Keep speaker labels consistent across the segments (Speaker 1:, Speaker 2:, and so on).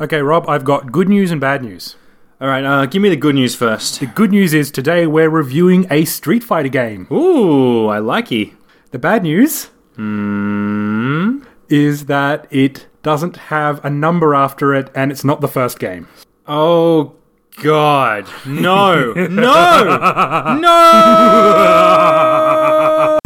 Speaker 1: Okay, Rob, I've got good news and bad news.
Speaker 2: All right, uh, give me the good news first.
Speaker 1: The good news is today we're reviewing a Street Fighter game.
Speaker 2: Ooh, I like you.
Speaker 1: The bad news
Speaker 2: Hmm.
Speaker 1: is that it doesn't have a number after it and it's not the first game.
Speaker 2: Oh God, no, no, no!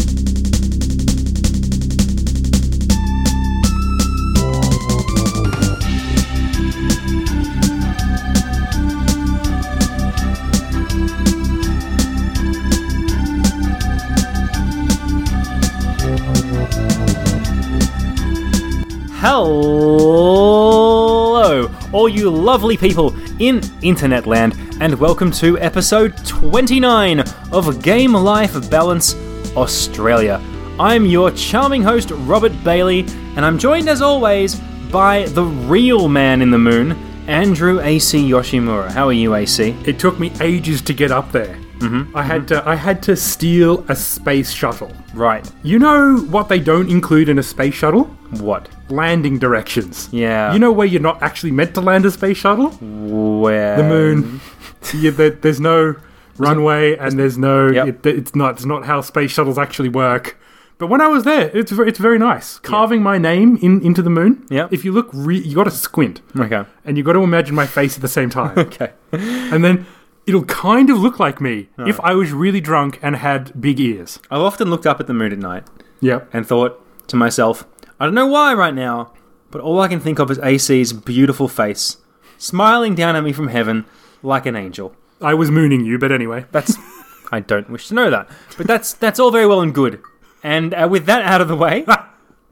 Speaker 2: Hello, all you lovely people in internet land, and welcome to episode 29 of Game Life Balance Australia. I'm your charming host, Robert Bailey, and I'm joined as always by the real man in the moon, Andrew AC Yoshimura. How are you, AC?
Speaker 1: It took me ages to get up there. Mm-hmm. I had to I had to steal a space shuttle.
Speaker 2: Right.
Speaker 1: You know what they don't include in a space shuttle?
Speaker 2: What?
Speaker 1: Landing directions.
Speaker 2: Yeah.
Speaker 1: You know where you're not actually meant to land a space shuttle?
Speaker 2: where?
Speaker 1: the moon. yeah, there, there's no runway, and Um, there's no.
Speaker 2: Yep.
Speaker 1: It, it's not. It's not how space shuttles actually work. But when I was there, it's ver- it's very nice carving my name in into the moon.
Speaker 2: Yep.
Speaker 1: If you look, re- you got to squint,
Speaker 2: Okay.
Speaker 1: and you got to imagine my face at the same time,
Speaker 2: Okay.
Speaker 1: and then it'll kind of look like me if I was really drunk and had big ears.
Speaker 2: I've often looked up at the moon at night.
Speaker 1: Yep.
Speaker 2: and thought to myself, I don't know why right now, but all I can think of is AC's beautiful face, smiling down at me from heaven like an angel.
Speaker 1: I was mooning you, but anyway.
Speaker 2: That's I don't wish to know that. But that's that's all very well and good. And uh, with that out of the way,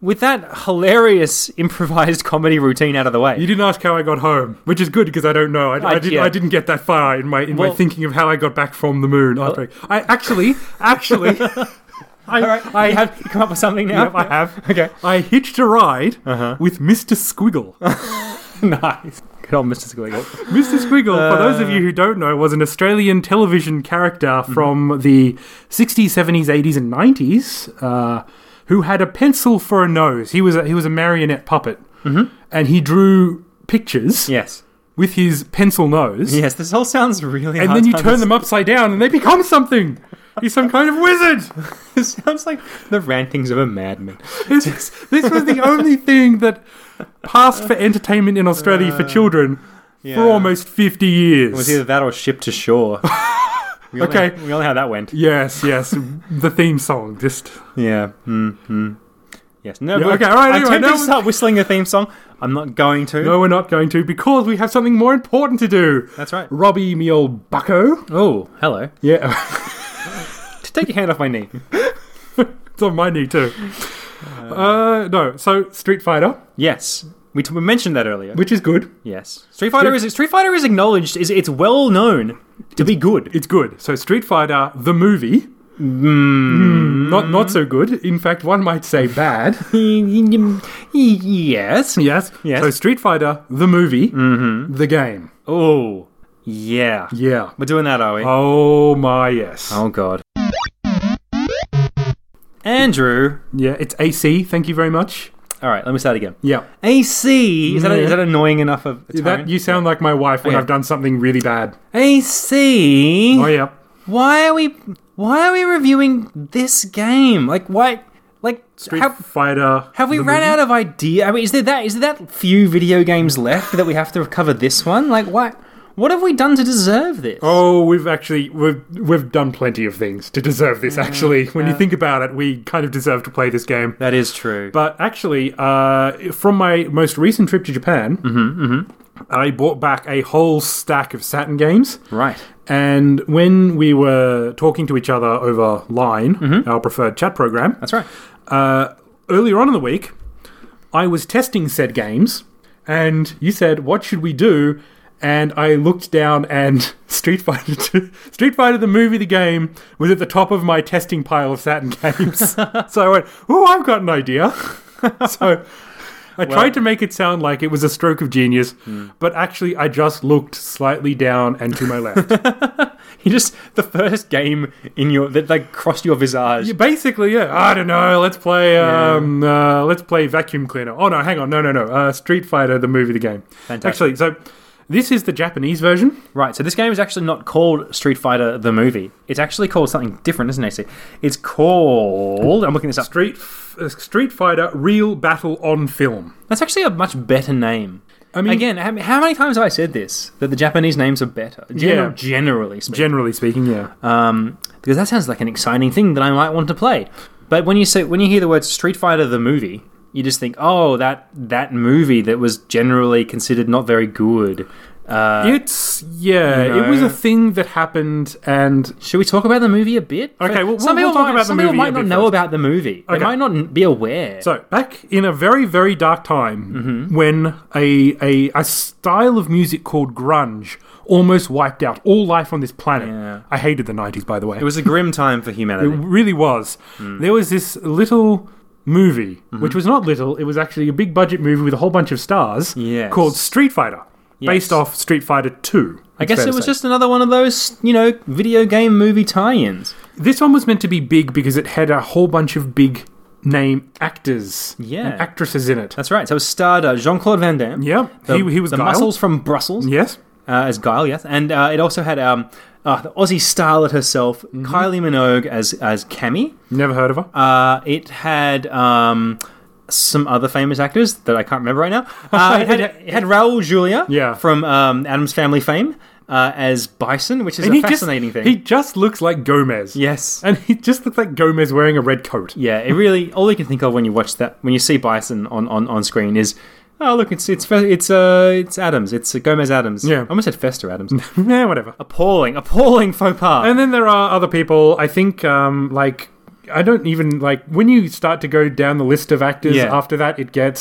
Speaker 2: with that hilarious improvised comedy routine out of the
Speaker 1: You
Speaker 2: way,
Speaker 1: didn't ask how I got home, which is good because I don't know. I, I,
Speaker 2: I-
Speaker 1: didn't.
Speaker 2: yeah.
Speaker 1: I didn't get that far in my in my
Speaker 2: Well-
Speaker 1: thinking of how I got back from the moon. After I, I actually, actually, I,
Speaker 2: all right, I
Speaker 1: I
Speaker 2: have you come up with something now.
Speaker 1: Yep, I have.
Speaker 2: Okay,
Speaker 1: I hitched a ride
Speaker 2: Uh-huh.
Speaker 1: with Mr. Squiggle.
Speaker 2: nice. Good old Mr. Squiggle.
Speaker 1: Mr. Squiggle, for those of you who don't know, was an Australian television character
Speaker 2: Mm-hmm.
Speaker 1: from the 60s, 70s, 80s, and 90s uh, who had a pencil for a nose. He was a, he was a marionette puppet, mm-hmm. and he drew pictures
Speaker 2: Yes,
Speaker 1: with his pencil nose.
Speaker 2: yes. This all sounds really.
Speaker 1: And then you turn them upside down, and they become something. He's some kind of wizard.
Speaker 2: This sounds like the rantings of a madman.
Speaker 1: This, this was the only thing that passed for entertainment in Australia for children for almost 50 years.
Speaker 2: It was either that or ship to shore. We all know-
Speaker 1: Okay.
Speaker 2: we all know how that went.
Speaker 1: yes, yes. the theme song. Just
Speaker 2: Yeah. Mm-hmm. Yes. No.
Speaker 1: Yeah,
Speaker 2: but
Speaker 1: okay, all right,
Speaker 2: I'm
Speaker 1: anyway,
Speaker 2: tempted
Speaker 1: now
Speaker 2: to
Speaker 1: we-
Speaker 2: start whistling a theme song. I'm not going to.
Speaker 1: no, we're not going to because we have something more important to do.
Speaker 2: That's right.
Speaker 1: Robbie, me old bucko.
Speaker 2: Oh, hello.
Speaker 1: Yeah,
Speaker 2: Just take your hand off my knee.
Speaker 1: it's on my knee too. Uh, no, so Street Fighter,
Speaker 2: Yes. We, t- we mentioned that earlier.
Speaker 1: which is good.
Speaker 2: yes. Street Fighter is Street Fighter is acknowledged. Is it's well known to be good.
Speaker 1: It's good. So Street Fighter the movie, mm, not not so good. In fact, one might say bad.
Speaker 2: yes.
Speaker 1: yes,
Speaker 2: Yes. Mm-hmm.
Speaker 1: So Street Fighter the movie, the game.
Speaker 2: Oh. Yeah.
Speaker 1: Yeah.
Speaker 2: We're doing that, are we?
Speaker 1: Oh my yes.
Speaker 2: oh God. Andrew.
Speaker 1: Yeah, it's AC. Thank you very much.
Speaker 2: All right. Let me start again.
Speaker 1: Yeah.
Speaker 2: AC. Is that,
Speaker 1: Yeah.
Speaker 2: is that annoying enough of a
Speaker 1: That
Speaker 2: tone?
Speaker 1: you sound like my wife when
Speaker 2: Yeah.
Speaker 1: I've done something really bad.
Speaker 2: AC.
Speaker 1: Oh yeah.
Speaker 2: Why are we? Why are we reviewing this game? Like why? Like
Speaker 1: Street
Speaker 2: have,
Speaker 1: Fighter.
Speaker 2: have we
Speaker 1: the
Speaker 2: run
Speaker 1: movie.
Speaker 2: out of idea? I mean, is there that? Is there that few video games left that we have to cover this one? Like why? What have we done to deserve this?
Speaker 1: Oh, we've actually we've we've done plenty of things to deserve
Speaker 2: Mm,
Speaker 1: this. Actually, when you think about it, we kind of deserve to play this game.
Speaker 2: that is true.
Speaker 1: But actually, uh, from my most recent trip to Japan,
Speaker 2: Mm-hmm,
Speaker 1: I bought back a whole stack of Saturn games.
Speaker 2: right.
Speaker 1: And when we were talking to each other over Line, our preferred chat program,
Speaker 2: That's right.
Speaker 1: uh, earlier on in the week, I was testing said games, and you said, "What should we do?" And I looked down, and Street Fighter, 2, Street Fighter, the movie, the game, was at the top of my testing pile of Saturn games. so I went, "Oh, I've got an idea." so I tried to make it sound like it was a stroke of genius, but actually, I just looked slightly down and to my left.
Speaker 2: You just the first game in your that like crossed your visage.
Speaker 1: Yeah, basically, yeah. I don't know. Let's play. Um, uh, let's play vacuum cleaner. Oh no, hang on. No, no, no. Uh, Street Fighter, the movie, the game.
Speaker 2: Fantastic.
Speaker 1: Actually, so this is the Japanese version.
Speaker 2: Right, so this game is actually not called Street Fighter the movie. It's actually called something different, isn't it? AC? It's called. I'm looking this up.
Speaker 1: Street F- uh, Street Fighter Real Battle on Film.
Speaker 2: That's actually a much better name.
Speaker 1: I mean-
Speaker 2: again, how how many times have I said this that the Japanese names are better?
Speaker 1: Yeah.
Speaker 2: generally speaking.
Speaker 1: Generally speaking, yeah.
Speaker 2: um, because that sounds like an exciting thing that I might want to play. But when you say when you hear the words Street Fighter the movie, you just think, oh, that that movie that was generally considered not very good. Uh,
Speaker 1: It's yeah.
Speaker 2: you know.
Speaker 1: It was a thing that happened, and
Speaker 2: Should we talk about the movie a bit?
Speaker 1: Okay, well, we'll-
Speaker 2: some people
Speaker 1: we'll talk
Speaker 2: might,
Speaker 1: about the
Speaker 2: some people
Speaker 1: movie a
Speaker 2: might
Speaker 1: bit
Speaker 2: not know
Speaker 1: first.
Speaker 2: about the movie. They
Speaker 1: Okay.
Speaker 2: might not n- be aware.
Speaker 1: So back in a very very dark time
Speaker 2: Mm-hmm.
Speaker 1: when a, a a style of music called grunge almost wiped out all life on this planet.
Speaker 2: Yeah.
Speaker 1: I hated the nineties, by the way.
Speaker 2: it was a grim time for
Speaker 1: It
Speaker 2: humanity.
Speaker 1: really was.
Speaker 2: Hmm.
Speaker 1: There was this little movie,
Speaker 2: Mm-hmm.
Speaker 1: which was not little, it was actually a big budget movie with a whole bunch of stars
Speaker 2: Yes.
Speaker 1: called Street Fighter,
Speaker 2: Yes.
Speaker 1: based off Street Fighter 2.
Speaker 2: I guess it was
Speaker 1: just.
Speaker 2: just another one of those, you know, video game movie tie-ins.
Speaker 1: This one was meant to be big because it had a whole bunch of big name actors
Speaker 2: Yeah.
Speaker 1: and actresses in it.
Speaker 2: That's right. So it starred uh, Jean Claude Van Damme.
Speaker 1: Yep.
Speaker 2: The,
Speaker 1: He- he was
Speaker 2: the
Speaker 1: Guile.
Speaker 2: muscles from Brussels.
Speaker 1: Yes?
Speaker 2: uh, as Guile, yes, and uh, it also had um, uh, the Aussie starlet herself,
Speaker 1: Mm-hmm.
Speaker 2: Kylie Minogue as as Cammy.
Speaker 1: Never heard of her.
Speaker 2: Uh, it had um, some other famous actors that I can't remember right now. Uh, it, had, it had Raul Julia,
Speaker 1: Yeah.
Speaker 2: from um, Adam's Family fame, uh, as Bison, which is
Speaker 1: And
Speaker 2: a fascinating
Speaker 1: just,
Speaker 2: thing.
Speaker 1: He just looks like Gomez.
Speaker 2: yes.
Speaker 1: And he just looks like Gomez wearing a red coat.
Speaker 2: yeah, it really all you can think of when you watch that when you see Bison on, on, on screen is oh look it's it's it's uh it's Adams it's Gomez Adams
Speaker 1: Yeah.
Speaker 2: I almost said Fester Adams
Speaker 1: yeah, whatever.
Speaker 2: appalling appalling faux pas
Speaker 1: And then there are other people. I think, um, like, I don't even like when you start to go down the list of actors.
Speaker 2: Yeah.
Speaker 1: After that, it gets.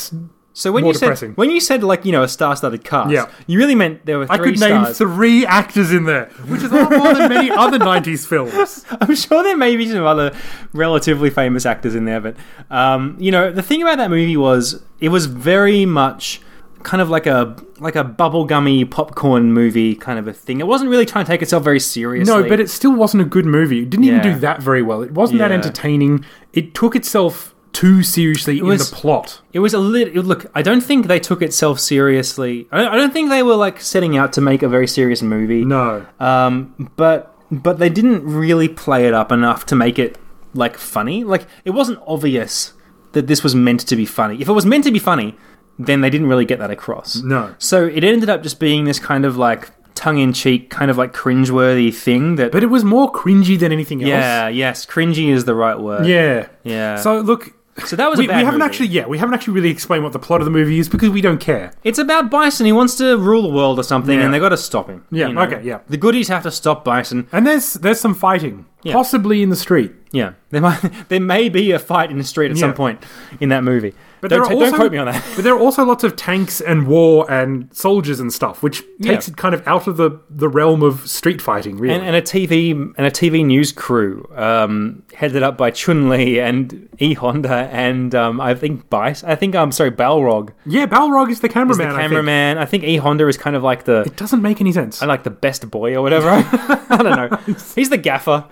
Speaker 2: So when
Speaker 1: More
Speaker 2: you said
Speaker 1: depressing.
Speaker 2: when you said like you know a star-studded cast,
Speaker 1: Yeah.
Speaker 2: you really meant there were three
Speaker 1: I could name
Speaker 2: stars.
Speaker 1: three actors in there, which is a lot more than many other '90s films.
Speaker 2: I'm sure there may be some other relatively famous actors in there, but um, you know the thing about that movie was it was very much kind of like a like a bubblegummy popcorn movie kind of a thing. It wasn't really trying to take itself very seriously.
Speaker 1: No, but it still wasn't a good movie. It didn't
Speaker 2: Yeah.
Speaker 1: even do that very well. It wasn't that
Speaker 2: Yeah.
Speaker 1: entertaining. It took itself too seriously in
Speaker 2: was-
Speaker 1: the plot.
Speaker 2: It was a little. Look, I don't think they took itself seriously. I don't, I don't think they were like setting out to make a very serious movie.
Speaker 1: No.
Speaker 2: Um, but but they didn't really play it up enough to make it like funny. Like it wasn't obvious that this was meant to be funny. If it was meant to be funny, then they didn't really get that across.
Speaker 1: No.
Speaker 2: So it ended up just being this kind of like tongue-in-cheek, kind of like cringeworthy thing that.
Speaker 1: But it was more cringy than anything
Speaker 2: yeah, yes, cringy is the right word.
Speaker 1: else. Yeah.
Speaker 2: yeah.
Speaker 1: So
Speaker 2: So,
Speaker 1: look,
Speaker 2: that was
Speaker 1: we, we
Speaker 2: a bad
Speaker 1: haven't
Speaker 2: movie.
Speaker 1: actually yeah we haven't actually really explained what the plot of the movie is because we don't care.
Speaker 2: It's about Bison. He wants to rule the world or something,
Speaker 1: Yeah.
Speaker 2: and they got to stop him.
Speaker 1: Yeah, okay, yeah.
Speaker 2: The goodies have to stop Bison.
Speaker 1: And there's there's some fighting,
Speaker 2: Yeah.
Speaker 1: possibly in the street.
Speaker 2: Yeah, there might there may be a fight in the street at some
Speaker 1: Yeah.
Speaker 2: point in that movie. But
Speaker 1: there
Speaker 2: don't,
Speaker 1: are
Speaker 2: ta-
Speaker 1: also-
Speaker 2: don't quote me on that.
Speaker 1: But there are also lots of tanks and war and soldiers and stuff, which
Speaker 2: Yeah.
Speaker 1: takes it kind of out of the, the realm of street fighting, really.
Speaker 2: And, and a TV and a TV news crew um, headed up by Chun Li and E Honda and um, I think Bice. I think I'm sorry, Balrog,
Speaker 1: yeah, Balrog is the cameraman.
Speaker 2: the
Speaker 1: I think.
Speaker 2: cameraman. I think E Honda is kind of like the
Speaker 1: Doesn't make any sense.
Speaker 2: like the best boy or whatever. I don't know. He's the gaffer.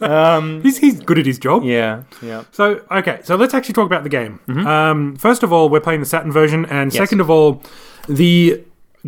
Speaker 2: Um,
Speaker 1: He's, he's good at his job.
Speaker 2: yeah, yeah.
Speaker 1: So, okay, so let's actually talk about the game. Um, first of all, we're playing the Saturn version, and second of all, the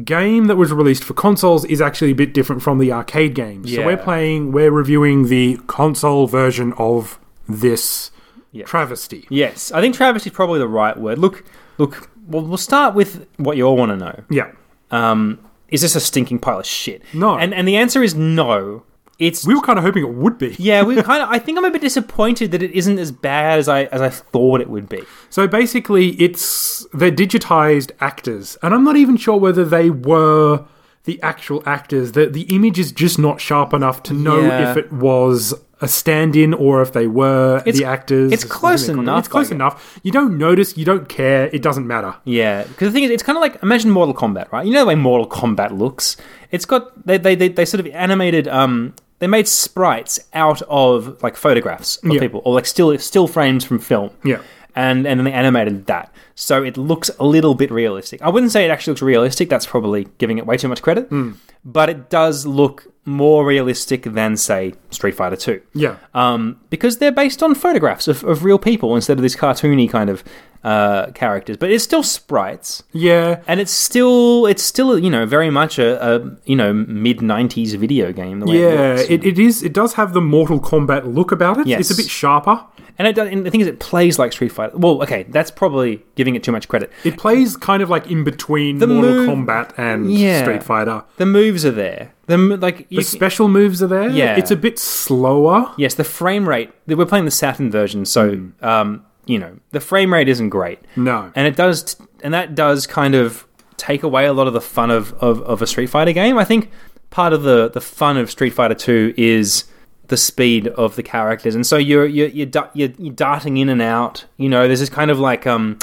Speaker 1: game that was released for consoles is actually a bit different from the arcade games.
Speaker 2: Yeah.
Speaker 1: So, we're playing, we're reviewing the console version of this
Speaker 2: Yeah.
Speaker 1: travesty.
Speaker 2: Yes, I think Travis is probably the right word. Look, look. Well, we'll start with what you all want to know.
Speaker 1: Yeah.
Speaker 2: um, is this a stinking pile of shit?
Speaker 1: No.
Speaker 2: And and the answer is no. It's
Speaker 1: We were kind of hoping it would be.
Speaker 2: yeah. We kind of. I think I'm a bit disappointed that it isn't as bad as I as I thought it would be.
Speaker 1: So basically, it's they're digitized actors, and I'm not even sure whether they were the actual actors. The the image is just not sharp enough to know
Speaker 2: Yeah.
Speaker 1: if it was a stand-in or if they were
Speaker 2: It's-
Speaker 1: the actors.
Speaker 2: it's close enough,
Speaker 1: It's close
Speaker 2: I guess.
Speaker 1: enough. You don't notice. You don't care. It doesn't matter.
Speaker 2: Yeah. Because the thing is, it's kind of like imagine Mortal Kombat, right? You know the way Mortal Kombat looks. It's got they they they, they sort of animated um. They made sprites out of like photographs of
Speaker 1: Yeah.
Speaker 2: people, or like still still frames from film.
Speaker 1: Yeah.
Speaker 2: and and then they animated that, so it looks a little bit
Speaker 1: Hmm.
Speaker 2: realistic. I wouldn't say it actually looks realistic. That's probably giving it way too much credit, but it does look more realistic than, say, Street Fighter 2.
Speaker 1: Yeah.
Speaker 2: Um, because they're based on photographs of, of real people instead of these cartoony kind of uh, characters. But it's still sprites.
Speaker 1: yeah.
Speaker 2: And it's still, it's still, you know, very much a, a you know, mid '90s video game. The way it
Speaker 1: Yeah,
Speaker 2: looks.
Speaker 1: it, it is. It does have the Mortal Kombat look about it.
Speaker 2: Yes.
Speaker 1: It's a bit sharper.
Speaker 2: and it does, and the thing is, it plays like Street Fighter. Well, okay, that's probably giving it too much credit.
Speaker 1: It plays kind of like in between Mortal
Speaker 2: move-
Speaker 1: Kombat and
Speaker 2: Yeah.
Speaker 1: Street Fighter.
Speaker 2: The moves are there. The m- like,
Speaker 1: The
Speaker 2: you,
Speaker 1: special moves are there.
Speaker 2: Yeah.
Speaker 1: It's a bit slower.
Speaker 2: yes, the frame rate. We're playing the Saturn version, so
Speaker 1: Hmm.
Speaker 2: um, you know, the frame rate isn't great.
Speaker 1: No.
Speaker 2: and it does t- and that does kind of take away a lot of the fun of, of, of a street fighter game i think part of the, the fun of street fighter 2 is the speed of the characters and so you're you're you're, da- you're, you're darting in and out you know there's this kind of like um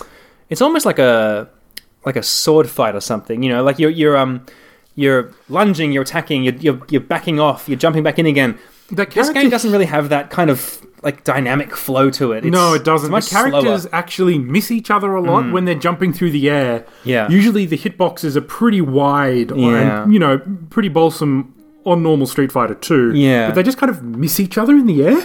Speaker 2: it's almost like a like a sword fight or something you know like you're you're um you're lunging you're attacking you're you're, you're backing off you're jumping back in again
Speaker 1: the
Speaker 2: this
Speaker 1: character
Speaker 2: game doesn't really have that kind of like dynamic flow to it It's-
Speaker 1: no, it
Speaker 2: it's
Speaker 1: doesn't. The
Speaker 2: much
Speaker 1: characters
Speaker 2: slower. Mm.
Speaker 1: actually miss each other a lot when they're jumping through the air.
Speaker 2: Yeah.
Speaker 1: Usually the hitboxes are pretty wide
Speaker 2: Yeah.
Speaker 1: and, you know, pretty balsam on normal Street Fighter 2.
Speaker 2: Yeah.
Speaker 1: But they just kind of miss each other in the air.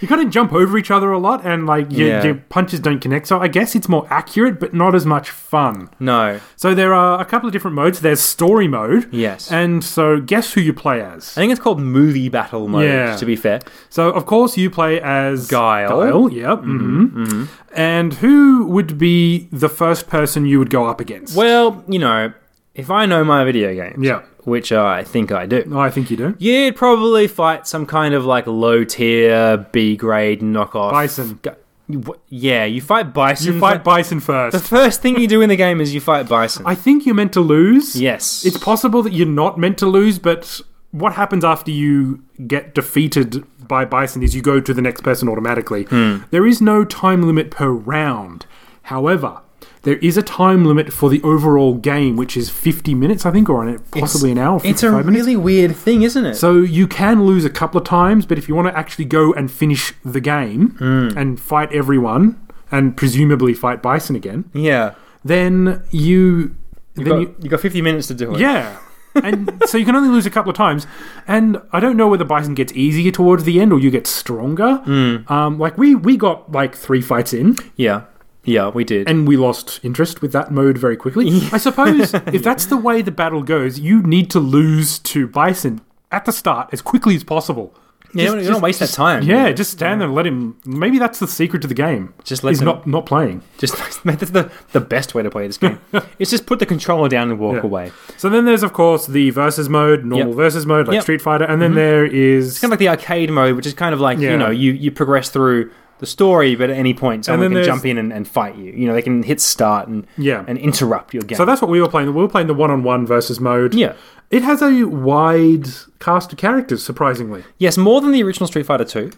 Speaker 1: You kind of jump over each other a lot and, like, your,
Speaker 2: Yeah.
Speaker 1: your punches don't connect. So I guess it's more accurate, but not as much fun.
Speaker 2: no
Speaker 1: So there are a couple of different modes. There's story mode.
Speaker 2: Yes.
Speaker 1: And so guess who you play as?
Speaker 2: I think it's called movie battle mode.
Speaker 1: Yeah.
Speaker 2: To be fair,
Speaker 1: So, of course, you play as
Speaker 2: Guile. Mm-hmm,
Speaker 1: Guile, yep. hmm And who would be the first person you would go up against?
Speaker 2: well, you know, if I know my video games,
Speaker 1: Yeah.
Speaker 2: which I think I do,
Speaker 1: I think you do.
Speaker 2: you'd probably fight some kind of like low tier B grade knockoff
Speaker 1: Bison.
Speaker 2: Gu- you- wh- Yeah, you fight bison.
Speaker 1: You fight
Speaker 2: Fi-
Speaker 1: Bison
Speaker 2: the
Speaker 1: first.
Speaker 2: first thing you do in the game is you fight bison.
Speaker 1: I think you're meant to lose.
Speaker 2: yes,
Speaker 1: It's possible that you're not meant to lose, but what happens after you get defeated by Bison is you go to the next person automatically.
Speaker 2: Hmm.
Speaker 1: There is no time limit per round. However, there is a time limit for the overall game, which is 50 minutes, I think, or an, possibly an hour.
Speaker 2: it's a
Speaker 1: 55 minutes.
Speaker 2: really weird thing, isn't it?
Speaker 1: So you can lose a couple of times, but if you want to actually go and finish the game
Speaker 2: Mm.
Speaker 1: and fight everyone and presumably fight Bison again,
Speaker 2: yeah,
Speaker 1: then you then
Speaker 2: Got-
Speaker 1: you,
Speaker 2: you, got fifty minutes to do it.
Speaker 1: yeah. and so you can only lose a couple of times, and I don't know whether Bison gets easier towards the end or you get stronger.
Speaker 2: Mm.
Speaker 1: Um, like we we got like three fights in,
Speaker 2: yeah, yeah, we did.
Speaker 1: and we lost interest with that mode very quickly. I suppose if that's the way the battle goes, you need to lose to Bison at the start as quickly as possible.
Speaker 2: yeah, you don't- you don't waste that time.
Speaker 1: Yeah, just stand there and let him. Maybe that's the secret to the game.
Speaker 2: Just let
Speaker 1: he's
Speaker 2: them-
Speaker 1: not not playing.
Speaker 2: Just that's the the best way to play this game. it's just put the controller down and walk
Speaker 1: Yeah.
Speaker 2: away.
Speaker 1: So then there's of course the versus mode, normal
Speaker 2: Yep.
Speaker 1: versus mode, like
Speaker 2: Yep. Mm-hmm.
Speaker 1: Street Fighter, and then there is
Speaker 2: Kind of like the arcade mode, which is kind of like
Speaker 1: Yeah.
Speaker 2: you know you you progress through the story, but at any point someone
Speaker 1: then
Speaker 2: can
Speaker 1: there's-
Speaker 2: jump in and, and fight you. You know they can hit start and
Speaker 1: Yeah.
Speaker 2: and interrupt your game.
Speaker 1: so that's what we were playing. We were playing the one-on-one versus mode.
Speaker 2: Yeah.
Speaker 1: it has a wide cast of characters, surprisingly.
Speaker 2: yes, more than the original Street Fighter Two.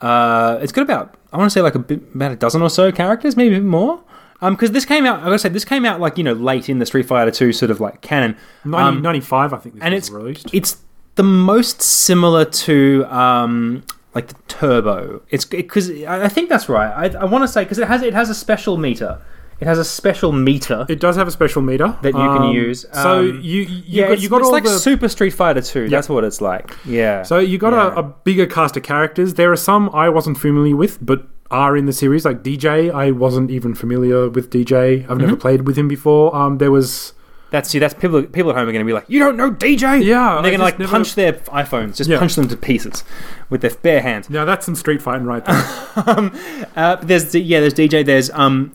Speaker 2: Uh, it's got about I want to say like a bit, about a dozen or so characters, maybe a bit more. Um, because this came out, I gotta say, this came out like you know late in the Street Fighter Two sort of like canon.
Speaker 1: 90, 95, I think, this
Speaker 2: Um, and
Speaker 1: was
Speaker 2: it's
Speaker 1: released.
Speaker 2: It's the most similar to um, like the turbo. It's because I I think that's right. I, I want to say because it has it has a special meter. It has a special meter.
Speaker 1: It does have a special meter
Speaker 2: That you can use.
Speaker 1: so
Speaker 2: Um,
Speaker 1: you you
Speaker 2: yeah,
Speaker 1: got,
Speaker 2: it's,
Speaker 1: you got
Speaker 2: it's
Speaker 1: all
Speaker 2: like
Speaker 1: the
Speaker 2: Super Street Fighter Two. That's what it's like. Yeah.
Speaker 1: So you got
Speaker 2: Yeah.
Speaker 1: a, a bigger cast of characters. There are some I wasn't familiar with, but are in the series. Like DJ, I wasn't even familiar with DJ. I've
Speaker 2: Mm-hmm.
Speaker 1: never played with him before. Um, there was
Speaker 2: that's see, that's people. People at home are going to be like, "You don't know DJ."
Speaker 1: Yeah,
Speaker 2: And they're
Speaker 1: I
Speaker 2: going to like
Speaker 1: just never-
Speaker 2: punch their iPhones, just
Speaker 1: Yeah.
Speaker 2: punch them to pieces with their bare hands.
Speaker 1: now that's some street fighting right there.
Speaker 2: Uh, there's yeah, there's DJ. There's um,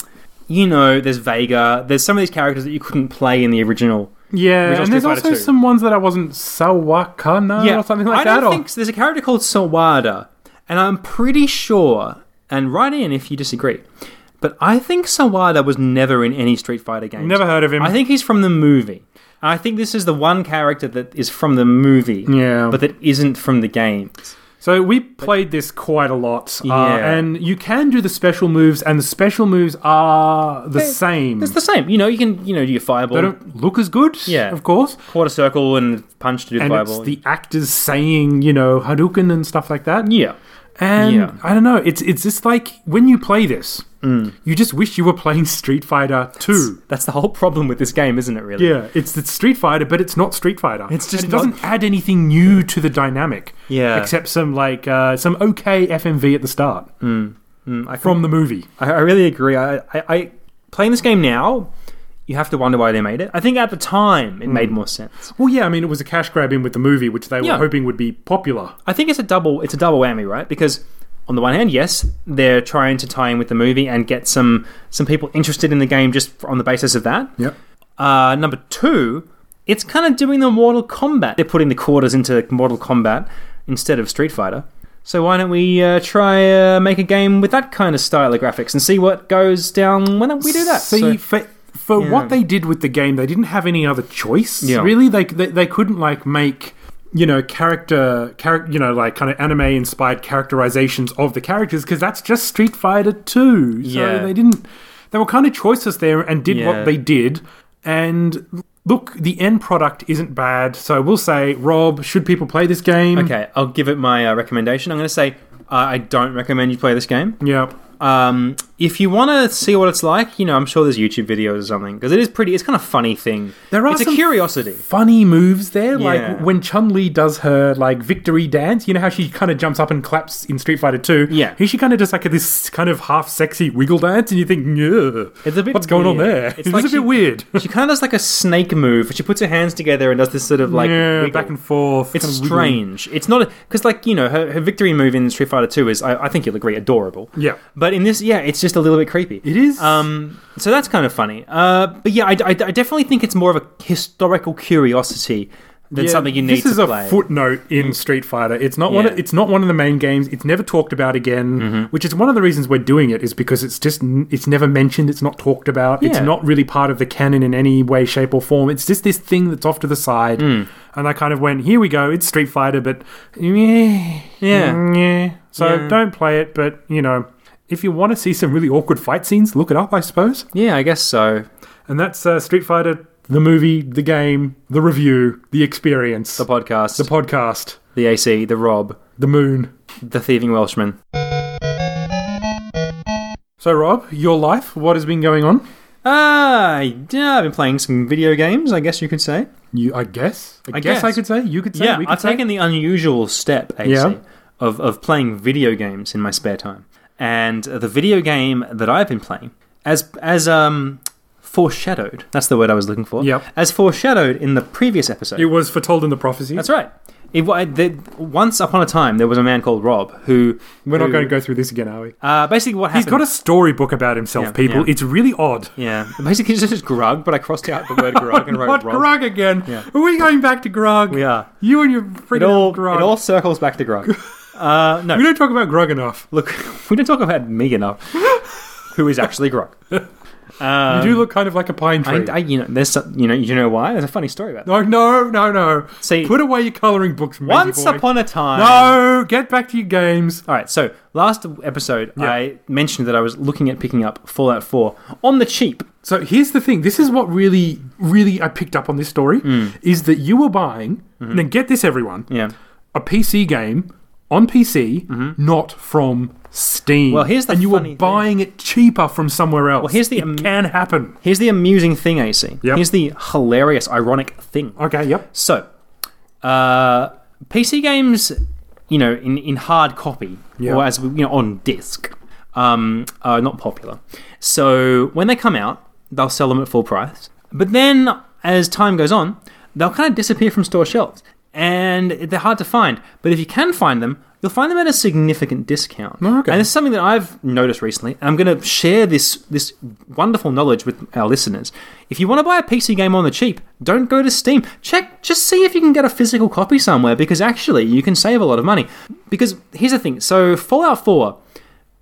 Speaker 2: you know, there's Vega. There's some of these characters that you couldn't play in the original
Speaker 1: yeah,
Speaker 2: Original
Speaker 1: and there's
Speaker 2: Street Fighter
Speaker 1: also
Speaker 2: 2.
Speaker 1: some ones that I wasn't Sawakana or something like
Speaker 2: I
Speaker 1: that.
Speaker 2: Don't
Speaker 1: or-
Speaker 2: think so. There's a character called Sawada, and I'm pretty sure, and write in if you disagree, but I think Sawada was never in any Street Fighter games.
Speaker 1: Never heard of him.
Speaker 2: I think he's from the movie. I think this is the one character that is from the movie,
Speaker 1: Yeah.
Speaker 2: but that isn't from the games.
Speaker 1: so we played this quite a lot, uh,
Speaker 2: Yeah.
Speaker 1: and you can do the special moves, and the special moves are the same.
Speaker 2: It's the same, you know. You can, you know, do your fireball,
Speaker 1: they don't look as good,
Speaker 2: Yeah.
Speaker 1: of course.
Speaker 2: quarter circle, and punch to do the
Speaker 1: And it's
Speaker 2: fireball.
Speaker 1: the actors saying, you know, Hadouken and stuff like that.
Speaker 2: yeah,
Speaker 1: And
Speaker 2: Yeah.
Speaker 1: I don't know. It's it's just like when you play this, You just wish you were playing Street Fighter 2.
Speaker 2: That's the whole problem with this game, isn't it? Really?
Speaker 1: Yeah, it's, it's Street Fighter, but it's not Street Fighter.
Speaker 2: It's just
Speaker 1: And it doesn't add anything new to the dynamic.
Speaker 2: Yeah.
Speaker 1: Except some like uh, some okay FMV at the start
Speaker 2: Mm, I
Speaker 1: from the movie.
Speaker 2: I, I really agree. I, I, I playing this game now, you have to wonder why they made it. I think at the time it made more sense.
Speaker 1: Well, yeah, I mean, it was a cash grab in with the movie, which they
Speaker 2: Yeah.
Speaker 1: were hoping would be popular.
Speaker 2: I think it's a double it's a double whammy, right? Because on the one hand, yes, they're trying to tie in with the movie and get some some people interested in the game just on the basis of that.
Speaker 1: Yep.
Speaker 2: Uh, number two, it's kind of doing the Mortal Kombat. They're putting the quarters into Mortal Kombat instead of Street Fighter. So why don't we uh, try uh, make a game with that kind of style of graphics and see what goes down when we do that?
Speaker 1: See,
Speaker 2: So-
Speaker 1: for, for
Speaker 2: Yeah.
Speaker 1: what they did with the game, they didn't have any other choice.
Speaker 2: Yeah.
Speaker 1: Really, they, they they couldn't like make you know character character you know like kind of anime inspired characterizations of the characters because that's just Street Fighter Two. So
Speaker 2: Yeah.
Speaker 1: they didn't. They were kind of choiceless there and did
Speaker 2: Yeah.
Speaker 1: what they did. And look, the end product isn't bad. So we'll say, Rob, should people play this game?
Speaker 2: Okay, I'll give it my uh, recommendation. I'm going to say uh, I don't recommend you play this game.
Speaker 1: Yeah.
Speaker 2: Um, if you want to see what it's like, you know, I'm sure there's YouTube videos or something because it is pretty. It's kind of funny thing.
Speaker 1: There are
Speaker 2: it's a
Speaker 1: some
Speaker 2: curiosity.
Speaker 1: funny moves there.
Speaker 2: Yeah.
Speaker 1: Like when Chun Li does her like victory dance, you know how she kind of jumps up and claps in Street Fighter Two.
Speaker 2: Yeah.
Speaker 1: here she kind of does like this kind of half sexy wiggle dance, and you think, yeah,
Speaker 2: It's a bit
Speaker 1: what's going on
Speaker 2: weird.
Speaker 1: there?
Speaker 2: It's
Speaker 1: It's,
Speaker 2: like
Speaker 1: a
Speaker 2: she-
Speaker 1: bit weird.
Speaker 2: she kind of does like a snake move. She puts her hands together and does this sort of like
Speaker 1: yeah,
Speaker 2: wiggle.
Speaker 1: back and forth.
Speaker 2: It's
Speaker 1: kind of wiggling.
Speaker 2: strange. It's not because, like you know, her, her victory move in Street Fighter Two is, I, I think you'll agree, adorable.
Speaker 1: Yeah.
Speaker 2: But in this, yeah, it's just a little bit creepy.
Speaker 1: It is.
Speaker 2: Um, so that's kind of funny. Uh, but yeah, I, I- I definitely think it's more of a historical curiosity than
Speaker 1: Yeah,
Speaker 2: something you need
Speaker 1: This is
Speaker 2: to
Speaker 1: a
Speaker 2: play.
Speaker 1: footnote in Street Fighter. It's not one.
Speaker 2: Yeah. Mm-hmm.
Speaker 1: Of, it's not one of the main games. It's never talked about again, which is one of the reasons we're doing it. Is because it's just n- it's never mentioned. It's not talked about. It's
Speaker 2: Yeah.
Speaker 1: not really part of the canon in any way, shape, or form. It's just this thing that's off to the side.
Speaker 2: Mm.
Speaker 1: And I kind of went, here we go. It's Street Fighter, but yeah,
Speaker 2: Yeah.
Speaker 1: yeah. So
Speaker 2: Yeah.
Speaker 1: don't play it. But you know, if you want to see some really awkward fight scenes, look it up, I suppose.
Speaker 2: yeah, I guess so.
Speaker 1: And that's uh, Street Fighter. The movie, the game, the review, the experience,
Speaker 2: The podcast,
Speaker 1: the podcast
Speaker 2: the AC, the Rob,
Speaker 1: the moon.
Speaker 2: the thieving Welshman.
Speaker 1: So, Rob, your life, what has been going on?
Speaker 2: Ah, yeah, I've been playing some video games. I guess you could say.
Speaker 1: You, I guess. I,
Speaker 2: I
Speaker 1: guess, I
Speaker 2: guess.
Speaker 1: could say. You could say.
Speaker 2: yeah,
Speaker 1: we could
Speaker 2: I've
Speaker 1: say.
Speaker 2: taken the unusual step, AC,
Speaker 1: Yeah.
Speaker 2: of, of playing video games in my spare time. And the video game that I've been playing, as as um foreshadowed, that's the word I was looking for.
Speaker 1: Yep.
Speaker 2: As foreshadowed in the previous episode.
Speaker 1: It was foretold in the prophecy.
Speaker 2: that's right. It, wa- the, once upon a time, there was a man called Rob who.
Speaker 1: We're
Speaker 2: who-
Speaker 1: not going to go through this again, are we?
Speaker 2: Uh, basically, what
Speaker 1: He's
Speaker 2: happened?
Speaker 1: got a storybook about himself,
Speaker 2: Yeah,
Speaker 1: people.
Speaker 2: yeah.
Speaker 1: It's really odd.
Speaker 2: yeah. Basically, it's just Grug, but I crossed out the word Grug and wrote
Speaker 1: What
Speaker 2: Rob.
Speaker 1: Grog again?
Speaker 2: Yeah.
Speaker 1: Are we going back to Grog?
Speaker 2: We are.
Speaker 1: You and your
Speaker 2: It
Speaker 1: freaking
Speaker 2: all,
Speaker 1: Grog.
Speaker 2: it all circles back to Grug. Uh, no,
Speaker 1: we don't talk about Grog enough.
Speaker 2: Look, we don't talk about me enough. who is actually Grog?
Speaker 1: You do look kind of like a pine
Speaker 2: Um, I,
Speaker 1: tree.
Speaker 2: I, you know, there's some, you know, you know why? There's a funny story about that.
Speaker 1: no, no, no, no.
Speaker 2: See-
Speaker 1: Put away your colouring books, Maisie
Speaker 2: Once
Speaker 1: boy.
Speaker 2: upon a time.
Speaker 1: No, get back to your games.
Speaker 2: All right. So last episode,
Speaker 1: Yeah.
Speaker 2: I mentioned that I was looking at picking up Fallout 4 on the cheap.
Speaker 1: So here's the thing. This is what really, really I picked up on this story is that you were buying, and then get this, everyone,
Speaker 2: Mm. Mm-hmm. Yeah.
Speaker 1: a PC game on PC, not from Steam.
Speaker 2: Mm-hmm. Well, here's the
Speaker 1: and you
Speaker 2: funny
Speaker 1: were
Speaker 2: thing.
Speaker 1: buying it cheaper from somewhere else.
Speaker 2: Well, here's the
Speaker 1: it
Speaker 2: am-
Speaker 1: can happen.
Speaker 2: Here's the amusing thing, AC.
Speaker 1: Yep.
Speaker 2: Here's the hilarious, ironic thing.
Speaker 1: Okay, yep.
Speaker 2: So, uh, PC games, you know, in, in hard copy
Speaker 1: Yeah.
Speaker 2: or as we- you know on disc, um, are not popular. So when they come out, they'll sell them at full price. But then, as time goes on, they'll kind of disappear from store shelves, and they're hard to find. But if you can find them, you'll find them at a significant discount.
Speaker 1: Oh, okay.
Speaker 2: And this is something that I've noticed recently, and I'm going to share this this wonderful knowledge with our listeners. If you want to buy a PC game on the cheap, don't go to Steam. Check, just see if you can get a physical copy somewhere, because actually you can save a lot of money. Because here's the thing: so Fallout 4,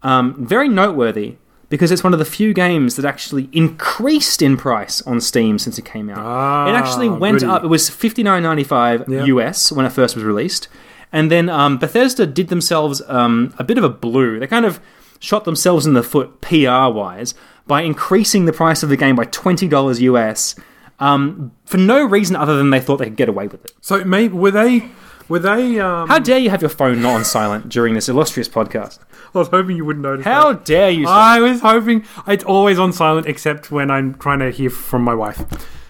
Speaker 2: um, very noteworthy because it's one of the few games that actually increased in price on Steam since it came out.
Speaker 1: Ah,
Speaker 2: it actually went
Speaker 1: goody.
Speaker 2: up. It was fifty nine ninety five
Speaker 1: Yeah.
Speaker 2: US when it first was released, and then um, Bethesda did themselves um, a bit of a blue. They kind of shot themselves in the foot PR wise by increasing the price of the game by twenty dollars US um, for no reason other than they thought they could get away with it.
Speaker 1: So maybe were they were they? Um,
Speaker 2: How dare you have your phone not on silent during this illustrious podcast?
Speaker 1: I was hoping you wouldn't notice.
Speaker 2: How
Speaker 1: that.
Speaker 2: dare you? sir.
Speaker 1: I was hoping it's always on silent except when I'm trying to hear from my wife.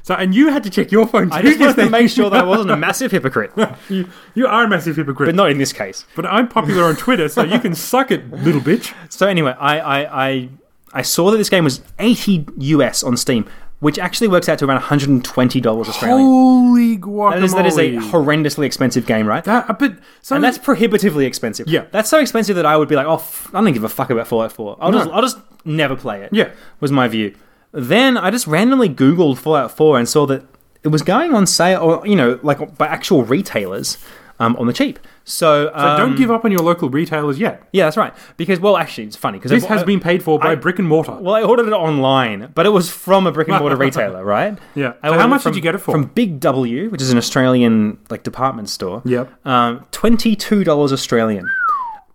Speaker 1: So and you had to check your phone. Too,
Speaker 2: I just wanted to
Speaker 1: didn't
Speaker 2: make sure that I wasn't a massive hypocrite, but
Speaker 1: you, you are a massive hypocrite. But,
Speaker 2: not in this case.
Speaker 1: I'm popular on Twitter, so you can suck it, little bitch.
Speaker 2: So anyway, I I, I I saw that this game was 80 US on Steam, which actually works out to around 120 dollars Australian.
Speaker 1: Holy guacamole!
Speaker 2: that is that is a horrendously expensive game, right?
Speaker 1: That- uh, but so
Speaker 2: and that's prohibitively expensive.
Speaker 1: Yeah.
Speaker 2: that's so expensive that I would be like, oh, f- I don't give a fuck about Fallout 4. I'll just, I'll just never play it.
Speaker 1: Yeah.
Speaker 2: was my view. Then I just randomly Googled Fallout 4 and saw that it was going on sale, or you know, like by actual retailers um, on the cheap. So, um,
Speaker 1: don't give up on your local retailers yet.
Speaker 2: yeah, that's right. Because well, actually, it's funny because
Speaker 1: This has been paid for by
Speaker 2: I-
Speaker 1: brick and mortar.
Speaker 2: Well, I ordered it online, but it was from a brick and mortar retailer, right?
Speaker 1: Yeah.
Speaker 2: I
Speaker 1: So how
Speaker 2: ordered
Speaker 1: much did
Speaker 2: from-
Speaker 1: you get it for?
Speaker 2: From Big W, which is an Australian like department store.
Speaker 1: Yep.
Speaker 2: Um, twenty two dollars Australian,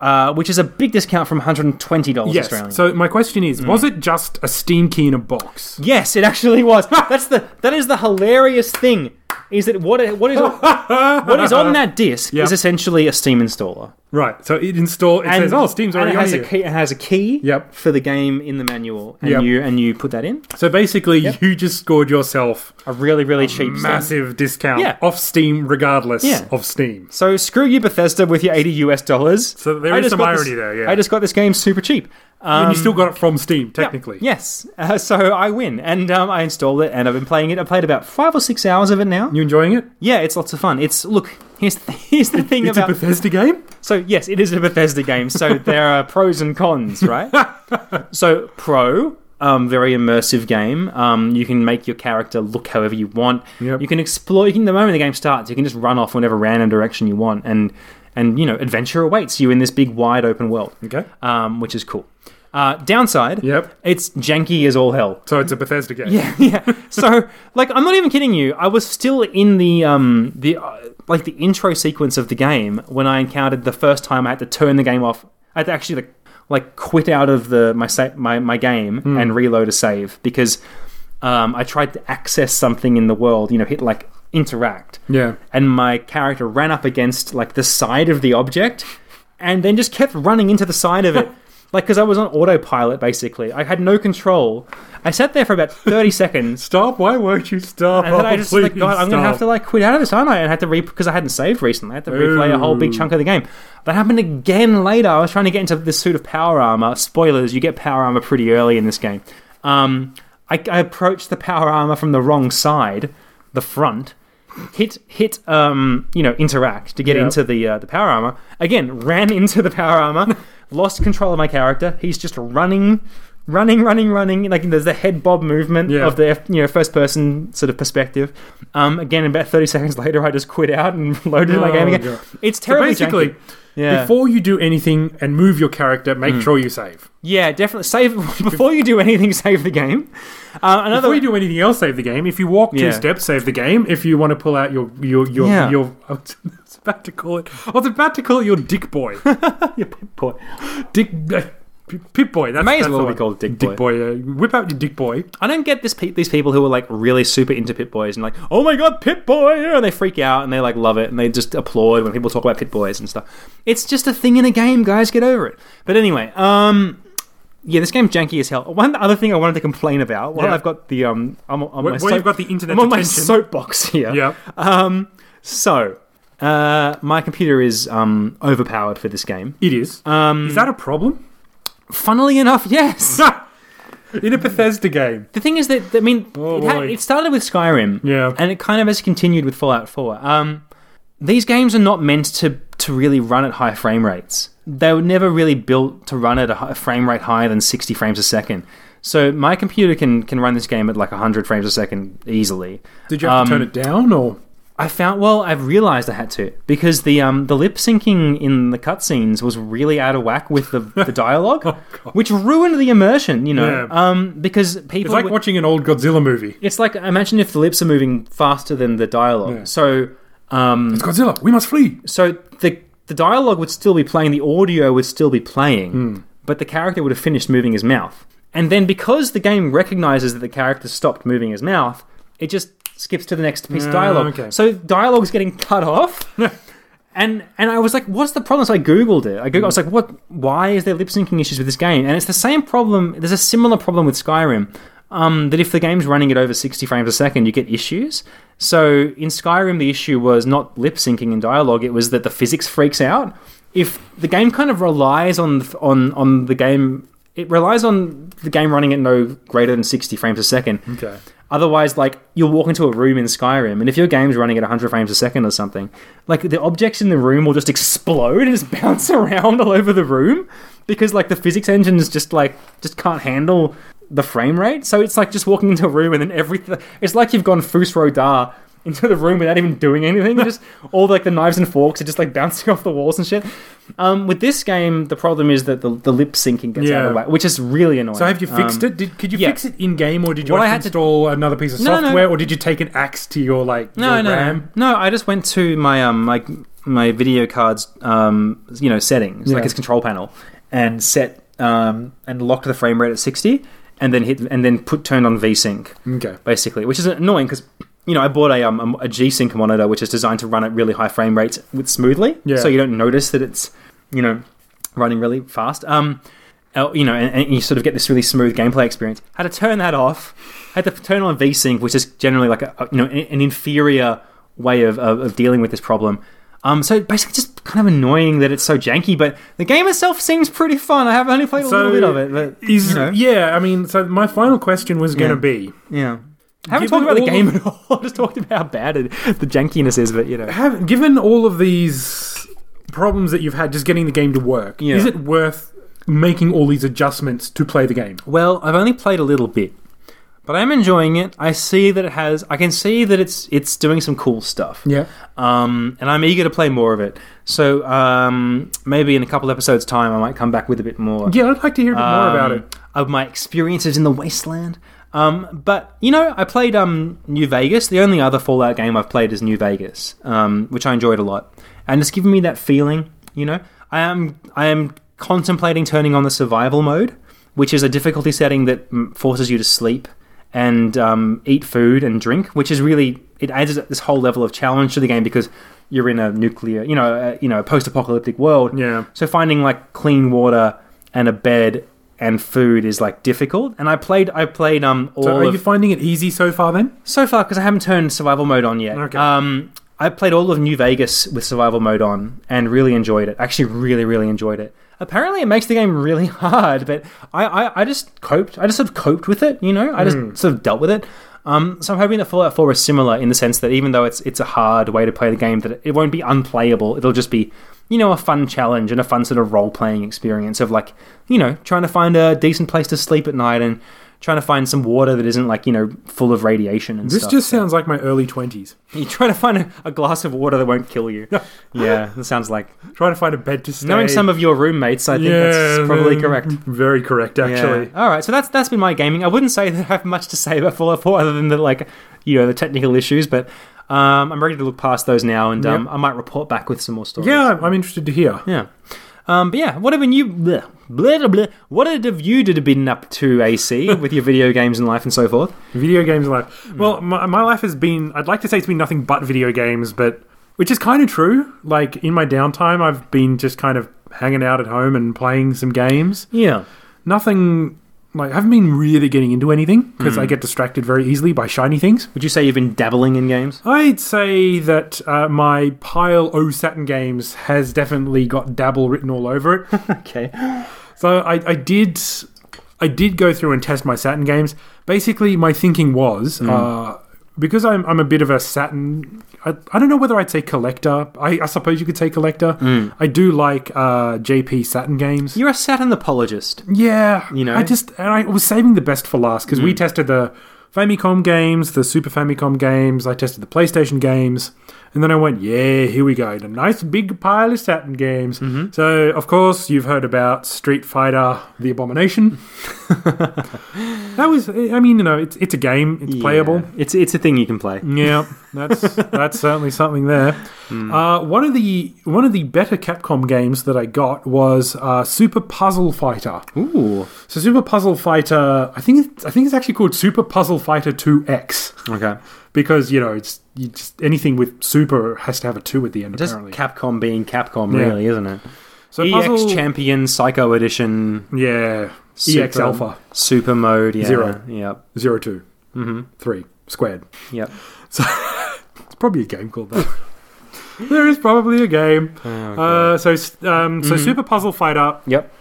Speaker 2: uh, which is a big discount from one hundred and twenty dollars
Speaker 1: yes.
Speaker 2: Australian.
Speaker 1: So my question is,
Speaker 2: Mm.
Speaker 1: was it just a Steam key in a box?
Speaker 2: yes, it actually was. That's the that is the hilarious thing is that what it, what is what is on that disc
Speaker 1: Yeah.
Speaker 2: is essentially a Steam installer.
Speaker 1: Right. So it install. It says, "Oh, Steam's
Speaker 2: and
Speaker 1: already
Speaker 2: it
Speaker 1: on
Speaker 2: has a
Speaker 1: here."
Speaker 2: key. It has a key
Speaker 1: Yep.
Speaker 2: for the game in the manual, and
Speaker 1: Yep.
Speaker 2: you and you put that in
Speaker 1: So basically, you just scored yourself
Speaker 2: a really really cheap Steam.
Speaker 1: massive discount
Speaker 2: Yeah.
Speaker 1: off Steam, regardless
Speaker 2: Yeah.
Speaker 1: of Steam.
Speaker 2: So screw you, Bethesda, with your eighty US dollars.
Speaker 1: So there
Speaker 2: I
Speaker 1: is
Speaker 2: just
Speaker 1: some
Speaker 2: got this-
Speaker 1: irony there, yeah.
Speaker 2: I just got this game super cheap. Um,
Speaker 1: and you still got it from Steam, technically.
Speaker 2: yes, uh, so I win, and um, I installed it, and I've been playing it. I played about five or six hours of it now.
Speaker 1: You enjoying it?
Speaker 2: Yeah, it's lots of fun. It's look here's the, here's the thing
Speaker 1: It's
Speaker 2: about
Speaker 1: a Bethesda game.
Speaker 2: so yes, it is a Bethesda game, so there are pros and cons, right? so pro, um, very immersive game. Um, you can make your character look however you want.
Speaker 1: Yep.
Speaker 2: You can explore. You can the moment the game starts, you can just run off whenever random direction you want, and and you know adventure awaits you in this big wide open world.
Speaker 1: Okay.
Speaker 2: Um, which is cool. Uh, downside.
Speaker 1: Yep.
Speaker 2: It's janky as all hell.
Speaker 1: So it's a Bethesda game.
Speaker 2: Yeah, yeah. So, like, I'm not even kidding you. I was still in the um the uh, like the intro sequence of the game when I encountered the first time I had to turn the game off. I had to actually like like quit out of the my sa- my my game and reload a save because um I tried to access something in the world. You know, hit like interact.
Speaker 1: Yeah.
Speaker 2: And my character ran up against like the side of the object, and then just kept running into the side of it. Like, because I was on autopilot, basically. I had no control. I sat there for about 30 seconds.
Speaker 1: Stop! Why won't you stop? Oh,
Speaker 2: And then I just was like,
Speaker 1: Please
Speaker 2: God, I'm going to have to
Speaker 1: stop."
Speaker 2: like quit out of this, aren't I? And I had to re because I hadn't saved recently. I had to replay a whole big chunk of the game. That happened again later. I was trying to get into this suit of power armor. Spoilers: you get power armor pretty early in this game. Um, I, I approached the power armor from the wrong side, the front. Hit hit um you know interact to get
Speaker 1: Yeah.
Speaker 2: into the uh, the power armor again. Ran into the power armor, lost control of my character. He's just running. Running, running, running! Like there's the head bob movement
Speaker 1: Yeah.
Speaker 2: of the the you know first person sort of perspective. Um, again, about thirty seconds later, I just quit out and loaded my
Speaker 1: Oh,
Speaker 2: game again.
Speaker 1: God.
Speaker 2: It's
Speaker 1: So
Speaker 2: terribly
Speaker 1: basically,
Speaker 2: janky. Yeah. Hmm.
Speaker 1: before you do anything and move your character, make sure you save.
Speaker 2: yeah, definitely save before you do anything. Save the game. Uh, another
Speaker 1: Before you do anything else, save the game. If you walk two
Speaker 2: Yeah.
Speaker 1: steps, save the game. If you want to pull out your your your
Speaker 2: Yeah.
Speaker 1: your, I was about to call it. I was about to call it your dick boy,
Speaker 2: your pip boy.
Speaker 1: dick. Uh, P- Pip boy, that's
Speaker 2: May as
Speaker 1: that's
Speaker 2: well
Speaker 1: the
Speaker 2: be
Speaker 1: one.
Speaker 2: called Dick
Speaker 1: Dick boy, yeah. whip out your dick boy.
Speaker 2: I don't get this. Pe- these people who are like really super into Pip Boys and like, oh my god, Pip Boy, and they freak out and they like love it and they just applaud when people talk about Pip Boys and stuff. It's just a thing in a game, guys. Get over it. But anyway, um. Yeah, this game's janky as hell. One other thing I wanted to complain about while
Speaker 1: Yeah.
Speaker 2: I've got the um, I'm on
Speaker 1: Where,
Speaker 2: my
Speaker 1: where
Speaker 2: soap-
Speaker 1: you've got the internet
Speaker 2: I'm on my
Speaker 1: attention.
Speaker 2: soapbox here.
Speaker 1: yeah,
Speaker 2: Um, so, uh, my computer is um, overpowered for this game.
Speaker 1: it is.
Speaker 2: Um,
Speaker 1: is that a problem?
Speaker 2: Funnily enough, yes.
Speaker 1: In a Bethesda game,
Speaker 2: the thing is that I mean,
Speaker 1: Oh,
Speaker 2: it, had-
Speaker 1: boy.
Speaker 2: it started with Skyrim,
Speaker 1: Yeah.
Speaker 2: and it kind of has continued with Fallout Four. Um, these games are not meant to to really run at high frame rates. They were never really built to run at a, hi- a frame rate higher than sixty frames a second. So my computer can can run this game at like hundred frames a second easily.
Speaker 1: did you have to
Speaker 2: Um,
Speaker 1: turn it down or?
Speaker 2: I found well, I've realized I had to because the um the lip syncing in the cutscenes was really out of whack with the, the dialogue, which ruined the immersion. You know,
Speaker 1: Oh, Yeah.
Speaker 2: um because people
Speaker 1: It's like
Speaker 2: were-
Speaker 1: watching an old Godzilla movie.
Speaker 2: it's like imagine if the lips are moving faster than the dialogue.
Speaker 1: Yeah.
Speaker 2: So um
Speaker 1: It's Godzilla. We must flee.
Speaker 2: so the the dialogue would still be playing, the audio would still be playing,
Speaker 1: Hmm.
Speaker 2: but the character would have finished moving his mouth. And then because the game recognizes that the character stopped moving his mouth, it just skips to the next piece of
Speaker 1: Ah,
Speaker 2: dialogue.
Speaker 1: okay.
Speaker 2: So dialogue's getting cut off. And, and I was like, what's the problem? So I googled it. I googled. I was like, what? Why is there lip syncing issues with this game? And it's the same problem. There's a similar problem with Skyrim. Um, that if the game's running at over 60 frames a second, you get issues. So in Skyrim, the issue was not lip syncing in dialogue. It was that the physics freaks out. If the game kind of relies on on on the game, it relies on the game running at no greater than 60 frames a second.
Speaker 1: Okay.
Speaker 2: Otherwise, like you'll walk into a room in Skyrim, and if your game's running at 100 frames a second or something, like the objects in the room will just explode and just bounce around all over the room because like the physics engines just like just can't handle the frame rate. So it's like just walking into a room and then everything. It's like you've gone Fus Rodar into the room without even doing anything. just all like the knives and forks are just like bouncing off the walls and shit. Um, with this game, the problem is that the, the lip syncing gets out of the
Speaker 1: Yeah.
Speaker 2: way, which is really annoying.
Speaker 1: So have you fixed
Speaker 2: Um,
Speaker 1: it? Did could you
Speaker 2: yeah.
Speaker 1: fix it in game, or did you
Speaker 2: What I
Speaker 1: have to
Speaker 2: had to-
Speaker 1: install another piece of
Speaker 2: No, no.
Speaker 1: software, or did you take an axe to your like
Speaker 2: no,
Speaker 1: your
Speaker 2: no,
Speaker 1: RAM?
Speaker 2: no. I just went to my um my my video card's um you know settings
Speaker 1: Yeah.
Speaker 2: like its control panel and set um and locked the frame rate at sixty and then hit and then put turned on VSync
Speaker 1: Okay.
Speaker 2: basically, which is annoying because you know I bought a um a G Sync monitor which is designed to run at really high frame rates with smoothly,
Speaker 1: Yeah.
Speaker 2: so you don't notice that it's you know running really fast. Um, uh, you know, and, and you sort of get this really smooth gameplay experience. Had to turn that off. Had to turn on VSync, which is generally like a, a- you know an an inferior way of, of, of dealing with this problem. Um, so basically, just kind of annoying that it's so janky. But the game itself seems pretty fun. I have only played a
Speaker 1: So
Speaker 2: little bit of it, but
Speaker 1: Is
Speaker 2: you know,
Speaker 1: yeah, I mean, so my final question was going to be:
Speaker 2: yeah.
Speaker 1: Given
Speaker 2: Haven't talked about the
Speaker 1: all
Speaker 2: game
Speaker 1: of-
Speaker 2: at all. Just talked about how bad it, the jankiness is, but you know.
Speaker 1: have given all of these problems that you've had just getting the game to work,
Speaker 2: Yeah.
Speaker 1: is it worth making all these adjustments to play the game?
Speaker 2: Well, I've only played a little bit, but I'm enjoying it. I see that it has. I can see that it's it's doing some cool stuff.
Speaker 1: Yeah.
Speaker 2: Um, and I'm eager to play more of it. So um, maybe in a couple episodes' time, I might come back with a bit more.
Speaker 1: Yeah, I'd like to hear a bit more about
Speaker 2: um,
Speaker 1: it.
Speaker 2: Of my experiences in the wasteland. Um, but you know, I played um, New Vegas. The only other Fallout game I've played is New Vegas, um, which I enjoyed a lot, and it's given me that feeling. You know, I am I am contemplating turning on the survival mode, which is a difficulty setting that mm, forces you to sleep and um, eat food and drink, which is really it adds this whole level of challenge to the game because you're in a nuclear, you know, uh, you know, a post-apocalyptic world.
Speaker 1: Yeah.
Speaker 2: So finding like clean water and a bed and food is like difficult. And I played, I played um all
Speaker 1: So are
Speaker 2: of,
Speaker 1: you finding it easy so far then?
Speaker 2: so far because I haven't turned survival mode on yet.
Speaker 1: Okay.
Speaker 2: Um, I played all of New Vegas with survival mode on and really enjoyed it. Actually, really, really enjoyed it. Apparently, it makes the game really hard, but I, I, I just coped. I just sort of coped with it. You know, I just
Speaker 1: Hmm.
Speaker 2: sort of dealt with it. Um, so I'm hoping that Fallout 4 is similar in the sense that even though it's it's a hard way to play the game, that it won't be unplayable. It'll just be you know a fun challenge and a fun sort of role playing experience of like you know trying to find a decent place to sleep at night and trying to find some water that isn't like you know full of radiation and
Speaker 1: This
Speaker 2: stuff.
Speaker 1: just sounds like my early 20s.
Speaker 2: you try to find a, a glass of water that won't kill you. yeah, that sounds like
Speaker 1: Trying to find a bed to stay.
Speaker 2: knowing some of your roommates. I think that's probably
Speaker 1: mm,
Speaker 2: correct.
Speaker 1: Very correct, actually.
Speaker 2: Yeah. All right, so that's that's been my gaming. I wouldn't say that I have much to say about Fallout 4 other than the like you know the technical issues, but um, I'm ready to look past those now, and um, I might report back with some more stories.
Speaker 1: Yeah, I'm- I'm interested to hear.
Speaker 2: Yeah. Um, but yeah, what have been you? Bleh, bleh, bleh, bleh. what have you did been up to, AC, with your video games and life and so forth?
Speaker 1: Video games and life.
Speaker 2: Hmm.
Speaker 1: Well, my, my life has been, I'd like to say it's been nothing but video games, but which is kind of true. Like, in my downtime, I've been just kind of hanging out at home and playing some games.
Speaker 2: Yeah.
Speaker 1: Nothing, like, I haven't been really getting into anything
Speaker 2: Hmm.
Speaker 1: because I get distracted very easily by shiny things.
Speaker 2: Would you say you've been dabbling in games?
Speaker 1: I'd say that uh, my pile O Saturn games has definitely got dabble written all over it.
Speaker 2: Okay.
Speaker 1: So I, I did I did go through and test my Saturn games. Basically, my thinking was uh, because I'm, I'm a bit of a Saturn. I, I don't know whether I'd say collector. I, I suppose you could say collector. I do like uh, JP Saturn games.
Speaker 2: You're a Saturn apologist.
Speaker 1: Yeah,
Speaker 2: You know? Mm.
Speaker 1: I just and I was saving the best for last because we tested the Famicom games, the Super Famicom games. I tested the PlayStation games, and then I went, yeah, here we go, a nice big pile of Saturn games.
Speaker 2: Mm-hmm.
Speaker 1: So of course you've heard about Street Fighter: The Abomination. that was, I mean, you know, it's it's a game, it's playable.
Speaker 2: Yeah. It's it's a thing you can play.
Speaker 1: Yeah, that's that's certainly something there.
Speaker 2: Mm.
Speaker 1: Uh, one of the one of the better Capcom games that I got was uh, Super Puzzle Fighter.
Speaker 2: Ooh.
Speaker 1: So Super Puzzle Fighter, I think it's, I think it's actually called Super Puzzle Fighter 2X
Speaker 2: Okay.
Speaker 1: because you know it's you just anything with super has to have a two at the end.
Speaker 2: Just
Speaker 1: apparently,
Speaker 2: Capcom being Capcom,
Speaker 1: Yeah.
Speaker 2: really, isn't it?
Speaker 1: so
Speaker 2: EX
Speaker 1: puzzle-
Speaker 2: Champion Psycho Edition
Speaker 1: yeah, EX
Speaker 2: E Super-
Speaker 1: Alpha
Speaker 2: Super Mode, yeah.
Speaker 1: Zero.
Speaker 2: Yep.
Speaker 1: zero two three squared.
Speaker 2: Yep.
Speaker 1: It's probably a game called that. there is probably a game. uh, so, s- um, so Super Puzzle Fighter
Speaker 2: Yep.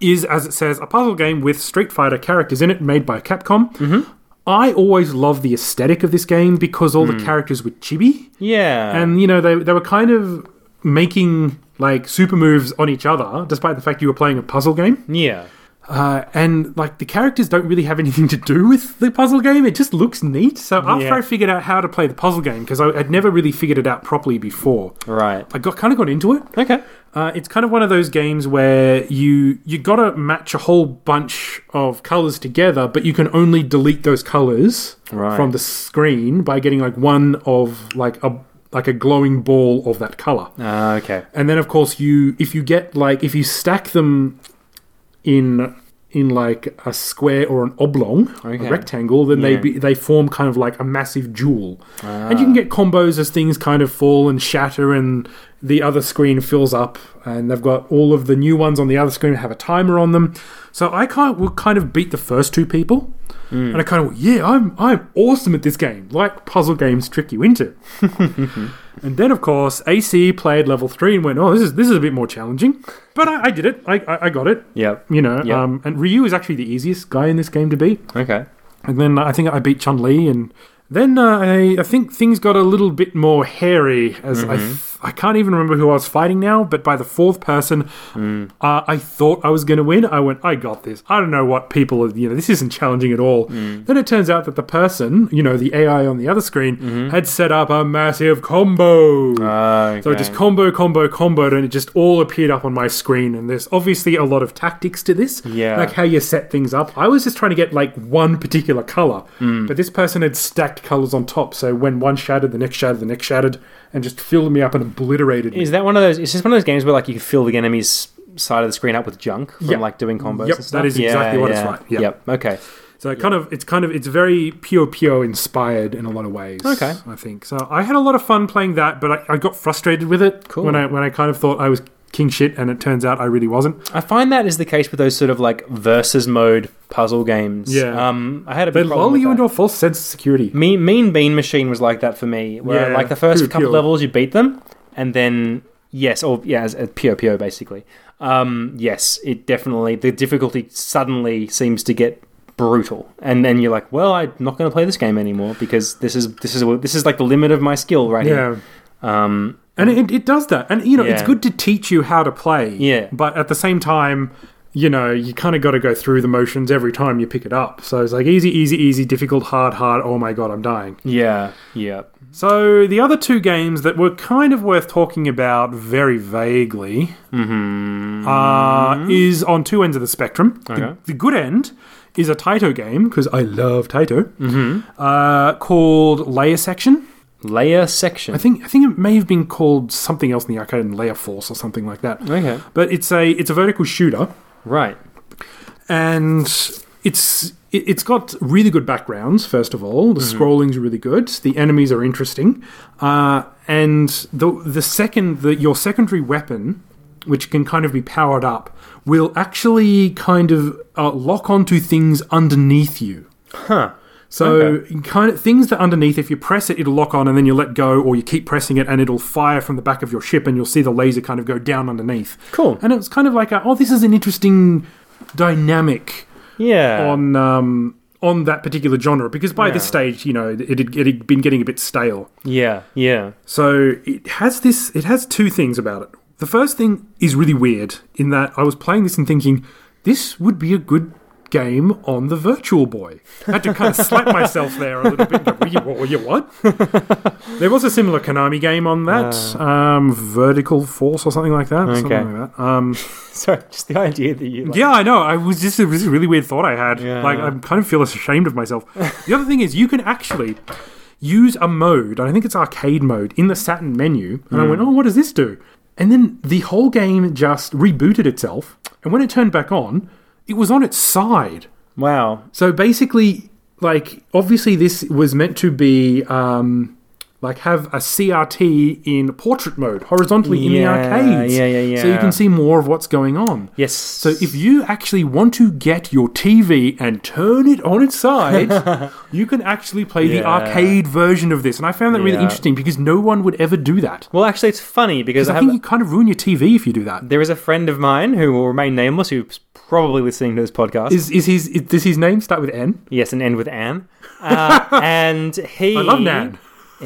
Speaker 1: is, as it says, a puzzle game with Street Fighter characters in it, made by Capcom. I always love the aesthetic of this game because all the characters were chibi,
Speaker 2: Yeah.
Speaker 1: and you know they they were kind of making like super moves on each other, despite the fact you were playing a puzzle game.
Speaker 2: yeah.
Speaker 1: Uh, and like the characters don't really have anything to do with the puzzle game. It just looks neat. So after
Speaker 2: Yeah.
Speaker 1: I figured out how to play the puzzle game, because I'd never really figured it out properly before,
Speaker 2: Right.
Speaker 1: I got kind of got into it.
Speaker 2: Okay.
Speaker 1: Uh, it's kind of one of those games where you you gotta match a whole bunch of colors together, but you can only delete those colors
Speaker 2: Right.
Speaker 1: from the screen by getting like one of like a like a glowing ball of that color.
Speaker 2: Uh, okay.
Speaker 1: And then of course you if you get like if you stack them in in like a square or an oblong,
Speaker 2: Okay.
Speaker 1: a rectangle, then they
Speaker 2: Yeah. Ah.
Speaker 1: be, they form kind of like a massive jewel. And you can get combos as things kind of fall and shatter and the other screen fills up and they've got all of the new ones on the other screen have a timer on them. So I kind will kind of beat the first two people.
Speaker 2: Hmm.
Speaker 1: And I kind of went, yeah, I'm I'm awesome at this game. Like puzzle games trick you into. And then, of course, AC played level three and went, "Oh, this is this is a bit more challenging," but I, I did it. I, I, I got it.
Speaker 2: Yep.
Speaker 1: You know,
Speaker 2: Yeah.
Speaker 1: um, and Ryu is actually the easiest guy in this game to beat.
Speaker 2: Okay.
Speaker 1: And then I think I beat Chun Li, and then uh, I, I think things got a little bit more hairy as I th- I can't even remember who I was fighting now, but by the fourth person, uh, I thought I was going to win. I went, I got this. I don't know what people are, you know, this isn't challenging at all. Then it turns out that the person, you know, the AI on the other screen, had set up a massive combo.
Speaker 2: okay.
Speaker 1: So I just combo, combo, comboed, and it just all appeared up on my screen. And there's obviously a lot of tactics to this,
Speaker 2: Yeah.
Speaker 1: like how you set things up. I was just trying to get like one particular color,
Speaker 2: Mm.
Speaker 1: but this person had stacked colors on top. So when one shattered, the next shattered, the next shattered, and just filled me up and obliterated me.
Speaker 2: Is that one of those? Is this one of those games where like you can fill the enemy's side of the screen up with junk from
Speaker 1: Yep.
Speaker 2: like doing
Speaker 1: Yep,
Speaker 2: combos? and
Speaker 1: that
Speaker 2: stuff?
Speaker 1: is exactly what it's like. Yep.
Speaker 2: Yep. Okay.
Speaker 1: So it kind of, it's kind of, it's very Pio Pio inspired in a lot of ways.
Speaker 2: Okay.
Speaker 1: I think so. I had a lot of fun playing that, but I, I got frustrated with it
Speaker 2: Cool.
Speaker 1: when I when I kind of thought I was king shit, and it turns out I really wasn't.
Speaker 2: I find that is the case with those sort of like versus mode puzzle games.
Speaker 1: Yeah.
Speaker 2: Um, I had a
Speaker 1: They
Speaker 2: big problem
Speaker 1: lull
Speaker 2: with
Speaker 1: you
Speaker 2: that.
Speaker 1: into a false sense of security.
Speaker 2: Mean, mean Bean Machine was like that for me, where
Speaker 1: Yeah,
Speaker 2: like the first
Speaker 1: pure
Speaker 2: couple
Speaker 1: pure.
Speaker 2: levels you beat them, and then yes, or yeah, as a pure pure basically. Um, yes, it definitely the difficulty suddenly seems to get brutal, and then you're like, well, I'm not going to play this game anymore because this is this is this is like the limit of my skill right here.
Speaker 1: Yeah.
Speaker 2: Um,
Speaker 1: And it, it does that. And, you know, it's
Speaker 2: Yeah.
Speaker 1: good to teach you how to play.
Speaker 2: Yeah.
Speaker 1: But at the same time, you know, you kind of got to go through the motions every time you pick it up. So it's like easy, easy, easy, difficult, hard, hard. Oh my God, I'm dying.
Speaker 2: yeah, yeah.
Speaker 1: So the other two games that were kind of worth talking about very vaguely uh, is on two ends of the spectrum. The-
Speaker 2: Mm-hmm. Okay.
Speaker 1: The, good end is a Taito game, because I love Taito,
Speaker 2: Mm-hmm.
Speaker 1: uh, called Layer Section.
Speaker 2: Layer section.
Speaker 1: I think I think it may have been called something else in the arcade, and Layer Force or something like that.
Speaker 2: okay,
Speaker 1: But it's a it's a vertical shooter,
Speaker 2: right.
Speaker 1: and it's it, it's got really good backgrounds. First of all, the scrolling's really good. The enemies are interesting, uh, and the the second the, your secondary weapon, which can kind of be powered up, will actually kind of uh, lock onto things underneath you.
Speaker 2: Huh.
Speaker 1: So
Speaker 2: Okay.
Speaker 1: kind of things that underneath, if you press it, it'll lock on, and then you let go, or you keep pressing it, and it'll fire from the back of your ship, and you'll see the laser kind of go down underneath.
Speaker 2: Cool.
Speaker 1: And it's kind of like, a, oh, this is an interesting dynamic
Speaker 2: Yeah.
Speaker 1: on um, on that particular genre, because by this
Speaker 2: Yeah.
Speaker 1: stage, you know, it had, it had been getting a bit stale.
Speaker 2: yeah. Yeah.
Speaker 1: So it has this. It has two things about it. The first thing is really weird in that I was playing this and thinking this would be a good game on the Virtual Boy. I had to kind of slap myself there a little bit. Go, "Well, you, well, you what? there was a similar Konami game on that, um, Vertical Force or something like that.
Speaker 2: Okay.
Speaker 1: Something like that. Um,
Speaker 2: Sorry, just the idea that you. Like,
Speaker 1: yeah, I know. I was just it was a really weird thought I had.
Speaker 2: Yeah.
Speaker 1: Like I kind of feel ashamed of myself. the other thing is you can actually use a mode, and I think it's arcade mode, in the Saturn menu.
Speaker 2: Mm.
Speaker 1: And I went, oh, what does this do? And then the whole game just rebooted itself. And when it turned back on, it was on its side.
Speaker 2: Wow.
Speaker 1: So basically, like obviously this was meant to be um, like have a CRT in portrait mode horizontally
Speaker 2: Yeah,
Speaker 1: in the arcades.
Speaker 2: yeah, yeah,
Speaker 1: So you
Speaker 2: yeah.
Speaker 1: can see more of what's going on.
Speaker 2: Yes.
Speaker 1: So if you actually want to get your TV and turn it on its side, you can actually play the
Speaker 2: Yeah.
Speaker 1: arcade version of this. And I found that really
Speaker 2: Yeah.
Speaker 1: interesting because no one would ever do that.
Speaker 2: well, actually, it's funny because I
Speaker 1: I
Speaker 2: have.
Speaker 1: think you kind of ruin your TV if you do that.
Speaker 2: there is a friend of mine who will remain nameless, who's probably listening to this podcast.
Speaker 1: Is is his is, does his name start with N?
Speaker 2: yes, and end with Anne. Uh, and he,
Speaker 1: I love Nan.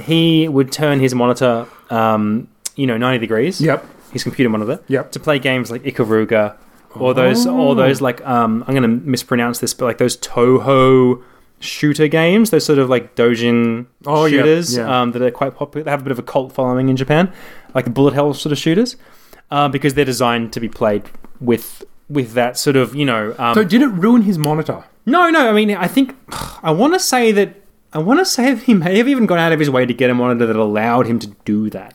Speaker 2: He would turn his monitor, um, you know, ninety degrees.
Speaker 1: Yep.
Speaker 2: His computer monitor.
Speaker 1: Yep.
Speaker 2: To play games like Ikaruga, or those, or those like um, I'm going to mispronounce this, but like those Toho shooter games, those sort of like Dojin
Speaker 1: Oh, yeah,
Speaker 2: shooters
Speaker 1: yeah.
Speaker 2: Um, that are quite popular. They have a bit of a cult following in Japan, like the bullet hell sort of shooters, uh, because they're designed to be played with with that sort of you know. Um,
Speaker 1: So did it ruin his monitor?
Speaker 2: no, no. I mean, I think I want to say that I want to say that he may have even gone out of his way to get a monitor that allowed him to do that.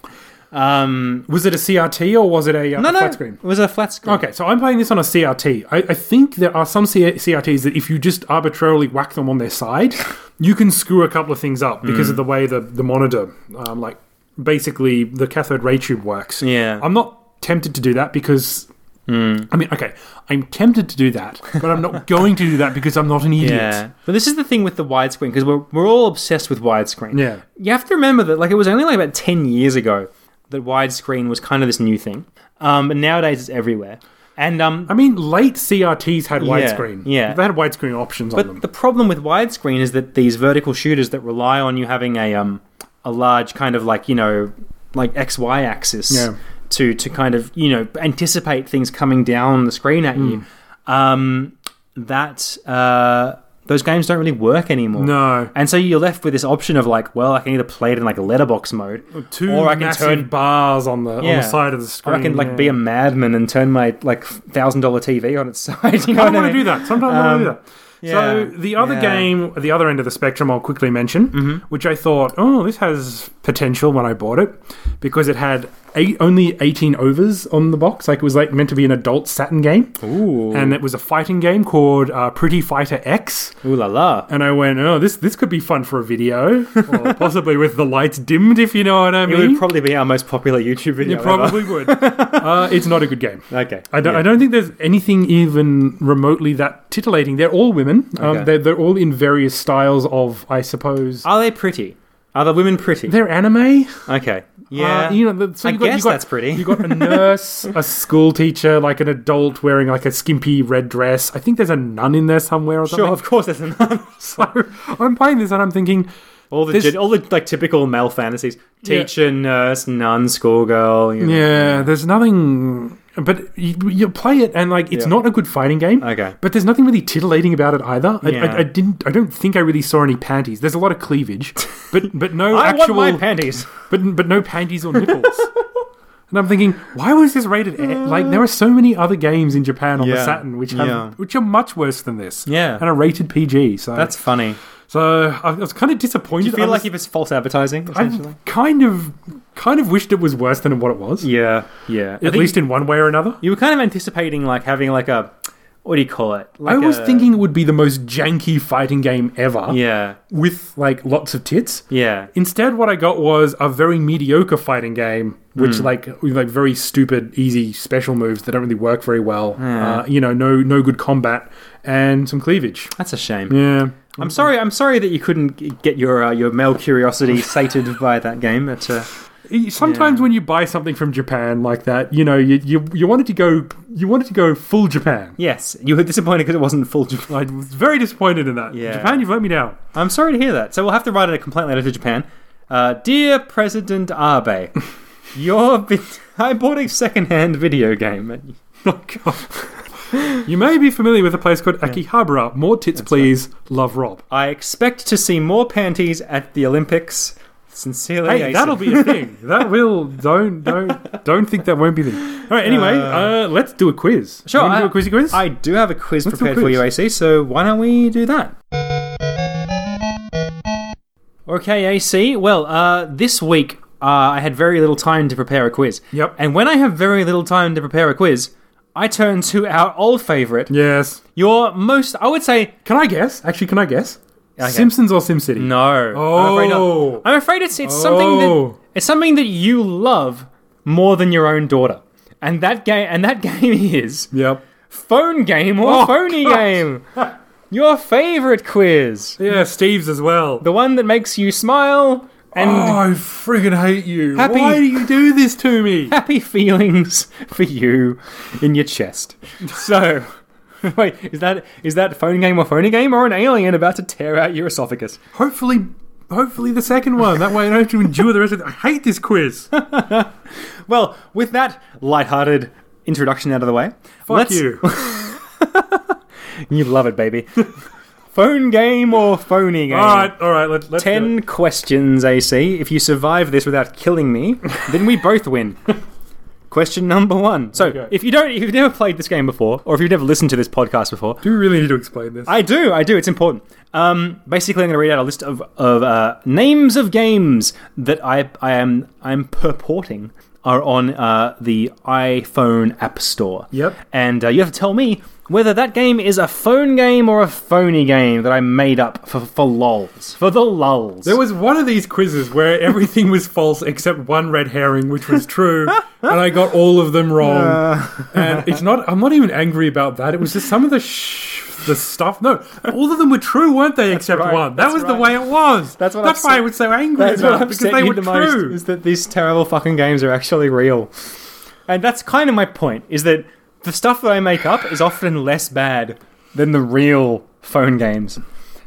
Speaker 2: Um,
Speaker 1: Was it a CRT or was it a, uh,
Speaker 2: no,
Speaker 1: a
Speaker 2: no,
Speaker 1: flat screen?
Speaker 2: It was a flat screen.
Speaker 1: Okay, so I'm playing this on a CRT. I, I think there are some C- CRTs that if you just arbitrarily whack them on their side, you can screw a couple of things up because
Speaker 2: Mm.
Speaker 1: of the way the, the monitor, um, like basically the cathode ray tube works.
Speaker 2: Yeah. Mm.
Speaker 1: I'm not tempted to do that because. I mean, okay, I'm tempted to do that, but I'm not going to do that because I'm not an idiot.
Speaker 2: Yeah. But this is the thing with the widescreen because we're, we're all obsessed with widescreen.
Speaker 1: Yeah.
Speaker 2: You have to remember that like it was only like about 10 years ago that widescreen was kind of this new thing. Um, and nowadays it's everywhere. And um,
Speaker 1: I mean, late CRTs had widescreen.
Speaker 2: yeah.
Speaker 1: They had widescreen options on them.
Speaker 2: But the problem with widescreen is that these vertical shooters that rely on you having a um a large kind of like you know like X Y axis
Speaker 1: Yeah.
Speaker 2: to to kind of you know anticipate things coming down the screen
Speaker 1: Hmm.
Speaker 2: at you. Um, that uh, those games don't really work anymore.
Speaker 1: No.
Speaker 2: and so you're left with this option of like, well, I can either play it in like a letterbox mode,
Speaker 1: Two
Speaker 2: or I can
Speaker 1: massive
Speaker 2: turn.
Speaker 1: bars on the, on
Speaker 2: Yeah.
Speaker 1: the side of the
Speaker 2: Or
Speaker 1: screen.
Speaker 2: I can like
Speaker 1: yeah.
Speaker 2: be a madman and turn my like thousand dollar TV on its side. You know
Speaker 1: I don't
Speaker 2: what
Speaker 1: want
Speaker 2: I
Speaker 1: to do
Speaker 2: mean?
Speaker 1: that. Sometimes I want to do that.
Speaker 2: Um, yeah,
Speaker 1: so the other
Speaker 2: yeah. Mm-hmm.
Speaker 1: game, the other end of the spectrum, I'll quickly mention, which I thought, oh, this has potential when I bought it, because it had eight, only eighteen overs on the box. Like it was like meant to be an adult Saturn game,
Speaker 2: Ooh,
Speaker 1: and it was a fighting game called uh, Pretty Fighter X.
Speaker 2: ooh la la.
Speaker 1: And I went, oh, this this could be fun for a video, or possibly with the lights dimmed, if you know what I
Speaker 2: It
Speaker 1: mean.
Speaker 2: would probably be our most popular YouTube video.
Speaker 1: it probably would. uh, it's not a good game.
Speaker 2: ever. Okay.
Speaker 1: I don't,
Speaker 2: yeah.
Speaker 1: I don't think there's anything even remotely that titillating. They're all women. Um,
Speaker 2: Okay.
Speaker 1: they're, they're all in various styles of, I suppose.
Speaker 2: Are they pretty? Are the women pretty?
Speaker 1: they're anime.
Speaker 2: okay.
Speaker 1: Uh, you know, the, so
Speaker 2: I
Speaker 1: you got,
Speaker 2: guess
Speaker 1: you got,
Speaker 2: that's pretty.
Speaker 1: You got a nurse, a school teacher, like an adult wearing like a skimpy red dress. I think there's a nun in there somewhere or
Speaker 2: sure,
Speaker 1: something.
Speaker 2: of course, there's none.
Speaker 1: So I'm playing this and I'm thinking,
Speaker 2: all the
Speaker 1: This-
Speaker 2: gen- all the like typical male fantasies:
Speaker 1: Yeah.
Speaker 2: teacher, nurse, nun, schoolgirl. You know.
Speaker 1: yeah, there's nothing. But you, you play it and like it's
Speaker 2: Yeah.
Speaker 1: not a good fighting game.
Speaker 2: Okay.
Speaker 1: But there's nothing really titillating about it either. I,
Speaker 2: Yeah.
Speaker 1: I, I didn't. I don't think I really saw any panties. There's a lot of cleavage, but but no Oh,
Speaker 2: I
Speaker 1: actual.
Speaker 2: want my panties.
Speaker 1: but but no panties or nipples. and I'm thinking, why was this rated? A? Like there are so many other games in Japan on the
Speaker 2: Yeah.
Speaker 1: Saturn which have
Speaker 2: Yeah.
Speaker 1: which are much worse than this.
Speaker 2: Yeah.
Speaker 1: and are rated PG. So
Speaker 2: That's funny.
Speaker 1: so I was kind of disappointed.
Speaker 2: Do you feel
Speaker 1: I was,
Speaker 2: like it was false advertising? Essentially.
Speaker 1: I kind of kind of wished it was worse than what it was.
Speaker 2: yeah. Yeah.
Speaker 1: At least in one way or another.
Speaker 2: you were kind of anticipating like having like a what do you call it? Like
Speaker 1: I was
Speaker 2: a-
Speaker 1: thinking it would be the most janky fighting game ever.
Speaker 2: Yeah.
Speaker 1: With like lots of tits.
Speaker 2: Yeah.
Speaker 1: Instead, what I got was a very mediocre fighting game, which like with like very stupid, easy special moves that don't really work very well. Uh, you know, no no good combat and some cleavage.
Speaker 2: That's a shame.
Speaker 1: Yeah,
Speaker 2: I'm sorry. I'm sorry that you couldn't g- get your uh, your male curiosity sated by that game. But uh,
Speaker 1: sometimes when you buy something from Japan like that, you know, you you, you wanted to go you wanted to go full Japan.
Speaker 2: yes, you were disappointed because it wasn't full. Japan.
Speaker 1: I was very disappointed in that.
Speaker 2: Yeah.
Speaker 1: Japan, you've let me down.
Speaker 2: I'm sorry to hear that. So we'll have to write a complaint letter to Japan. Uh, Dear President Abe, your vi- I bought a secondhand video game.
Speaker 1: Oh god. you may be familiar with a place called Akihabara. More tits, please. Love Rob.
Speaker 2: I expect to see more panties at the Olympics. Sincerely,
Speaker 1: Hey,
Speaker 2: Ace.
Speaker 1: that'll be a thing. That will. Don't don't don't think that won't be a thing. All right. Anyway, uh, let's do a quiz.
Speaker 2: Sure,
Speaker 1: You wanna
Speaker 2: I-
Speaker 1: do a quizzy quiz.
Speaker 2: I do have a quiz
Speaker 1: Let's do a
Speaker 2: prepared for
Speaker 1: quiz.
Speaker 2: you, AC, so why don't we do that? Okay, AC. Well, uh, this week uh, I had very little time to prepare a quiz.
Speaker 1: Yep.
Speaker 2: And when I have very little time to prepare a quiz, I turn to our old favourite,
Speaker 1: yes.
Speaker 2: your most, I would say,
Speaker 1: Can I guess? Actually, can I guess?
Speaker 2: Okay.
Speaker 1: Simpsons or SimCity?
Speaker 2: No. I'm afraid,
Speaker 1: Oh.
Speaker 2: not. I'm afraid it's it's something that
Speaker 1: Oh.
Speaker 2: it's something that you love more than your own daughter. And that game and that game is
Speaker 1: Yep.
Speaker 2: phone game or
Speaker 1: Oh,
Speaker 2: phony
Speaker 1: God.
Speaker 2: game. Your favorite quiz.
Speaker 1: Yeah, Steve's as well.
Speaker 2: The one that makes you smile and
Speaker 1: oh, I friggin' hate you.
Speaker 2: Happy-
Speaker 1: Why do you do this to me?
Speaker 2: happy feelings for you in your chest. So Wait, is that is that phone game or phony game or an alien about to tear out your esophagus?
Speaker 1: hopefully, hopefully the second one. That way I don't have to endure the rest of it. I hate this quiz.
Speaker 2: Well, with that lighthearted introduction out of the way,
Speaker 1: Fuck you.
Speaker 2: You love it, baby. Phone game or phony game?
Speaker 1: All right, all right. Let, let's do it.
Speaker 2: Ten questions, AC. If you survive this without killing me, then we both win. Question number one. So,
Speaker 1: Okay.
Speaker 2: if you don't, if you've never played this game before, or if you've never listened to this podcast before,
Speaker 1: Do we really need to explain this?
Speaker 2: I do, I do. It's important. Um, basically, I'm going to read out a list of, of uh, names of games that I, I am I'm purporting are on uh, the iPhone App Store.
Speaker 1: Yep.
Speaker 2: And uh, you have to tell me whether that game is a phone game or a phony game that I made up for for lulls, for the lulls.
Speaker 1: There was one of these quizzes where everything was false except one red herring, which was true, and I got all of them wrong. And it's not. I'm not even angry about that. It was just some of the sh- the stuff. No, all of them were true, weren't they? except
Speaker 2: right,
Speaker 1: one. That
Speaker 2: that's
Speaker 1: was the
Speaker 2: right.
Speaker 1: way it was.
Speaker 2: That's what
Speaker 1: That's
Speaker 2: upset-
Speaker 1: why I was so angry
Speaker 2: That's
Speaker 1: about
Speaker 2: what
Speaker 1: it, because
Speaker 2: upset
Speaker 1: they
Speaker 2: you
Speaker 1: were
Speaker 2: the
Speaker 1: true.
Speaker 2: most is that these terrible fucking games are actually real. And that's kind of my point is that the stuff that I make up is often less bad than the real phone games.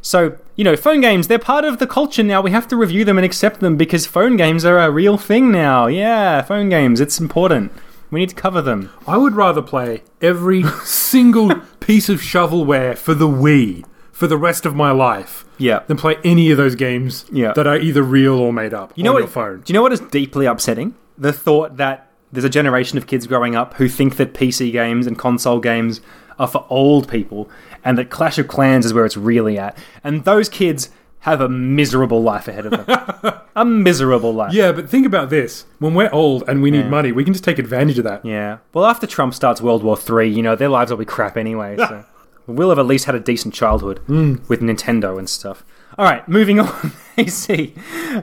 Speaker 2: So, you know, phone games, they're part of the culture now. We have to review them and accept them because phone games are a real thing now. Yeah, phone games, it's important. We need to cover them.
Speaker 1: I would rather play every single piece of shovelware for the Wii for the rest of my life
Speaker 2: Yeah.
Speaker 1: than play any of those games
Speaker 2: Yeah.
Speaker 1: that are either real or made up
Speaker 2: You know
Speaker 1: on
Speaker 2: what?
Speaker 1: your phone.
Speaker 2: Do you know what is deeply upsetting? The thought that there's a generation of kids growing up who think that PC games and console games are for old people, and that Clash of Clans is where it's really at. And those kids have a miserable life ahead of them. a miserable life.
Speaker 1: Yeah, but think about this. When we're old and we need money, we can just take advantage of that.
Speaker 2: Yeah. Well, after Trump starts World War Three, you know their lives will be crap anyway. So we'll have at least had a decent childhood
Speaker 1: Hmm.
Speaker 2: with Nintendo and stuff. All right, moving on. AC.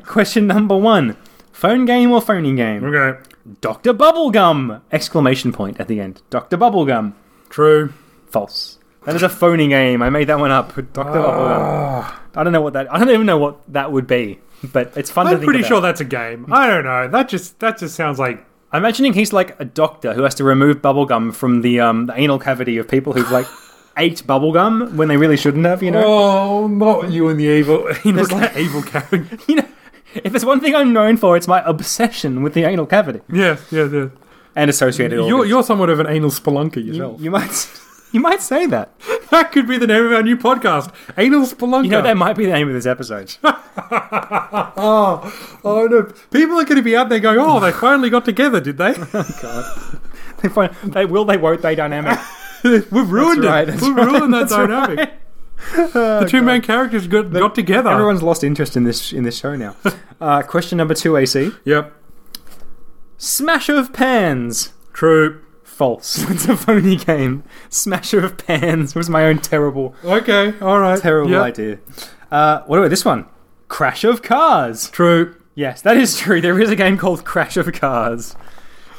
Speaker 2: Question number one: Phone game or phony game?
Speaker 1: Okay.
Speaker 2: Dr. Bubblegum! Exclamation point at the end. Dr. Bubblegum.
Speaker 1: True.
Speaker 2: False. That is a phony game. I made that one up. Dr. Bubblegum.
Speaker 1: Ah.
Speaker 2: I don't know what that I don't even know what that would be, but it's fun to
Speaker 1: I'm
Speaker 2: think
Speaker 1: pretty
Speaker 2: about.
Speaker 1: sure that's a game. I don't know. That just that just sounds like
Speaker 2: I'm imagining he's like a doctor who has to remove bubblegum from the um the anal cavity of people who've like ate bubblegum when they really shouldn't have, you know?
Speaker 1: Oh, not you and the evil evil,
Speaker 2: like-
Speaker 1: evil character.
Speaker 2: You know, if there's one thing I'm known for, it's my obsession with the anal cavity
Speaker 1: yeah, yeah, yeah.
Speaker 2: and associated
Speaker 1: You're
Speaker 2: organs.
Speaker 1: you're somewhat of an anal spelunker yourself.
Speaker 2: you might s- you might say that.
Speaker 1: that could be the name of our new podcast. Anal spelunker.
Speaker 2: You know, that might be the name of this episode.
Speaker 1: Oh, oh no. People are going to be out there going, oh, they finally got together, did they?
Speaker 2: They find- they will, they won't, they dynamic.
Speaker 1: We've ruined
Speaker 2: right,
Speaker 1: it.
Speaker 2: that's
Speaker 1: We've ruined that dynamic. the two main characters got, got together.
Speaker 2: Everyone's lost interest in this in this show now. Uh, question number two, AC.
Speaker 1: Yep.
Speaker 2: Smash of Pans.
Speaker 1: True.
Speaker 2: False. It's a phony game. Smasher of Pans was my own terrible,
Speaker 1: Okay. All right.
Speaker 2: terrible
Speaker 1: Yep.
Speaker 2: idea. Uh, what about this one? Crash of Cars.
Speaker 1: True.
Speaker 2: Yes, that is true. There is a game called Crash of Cars.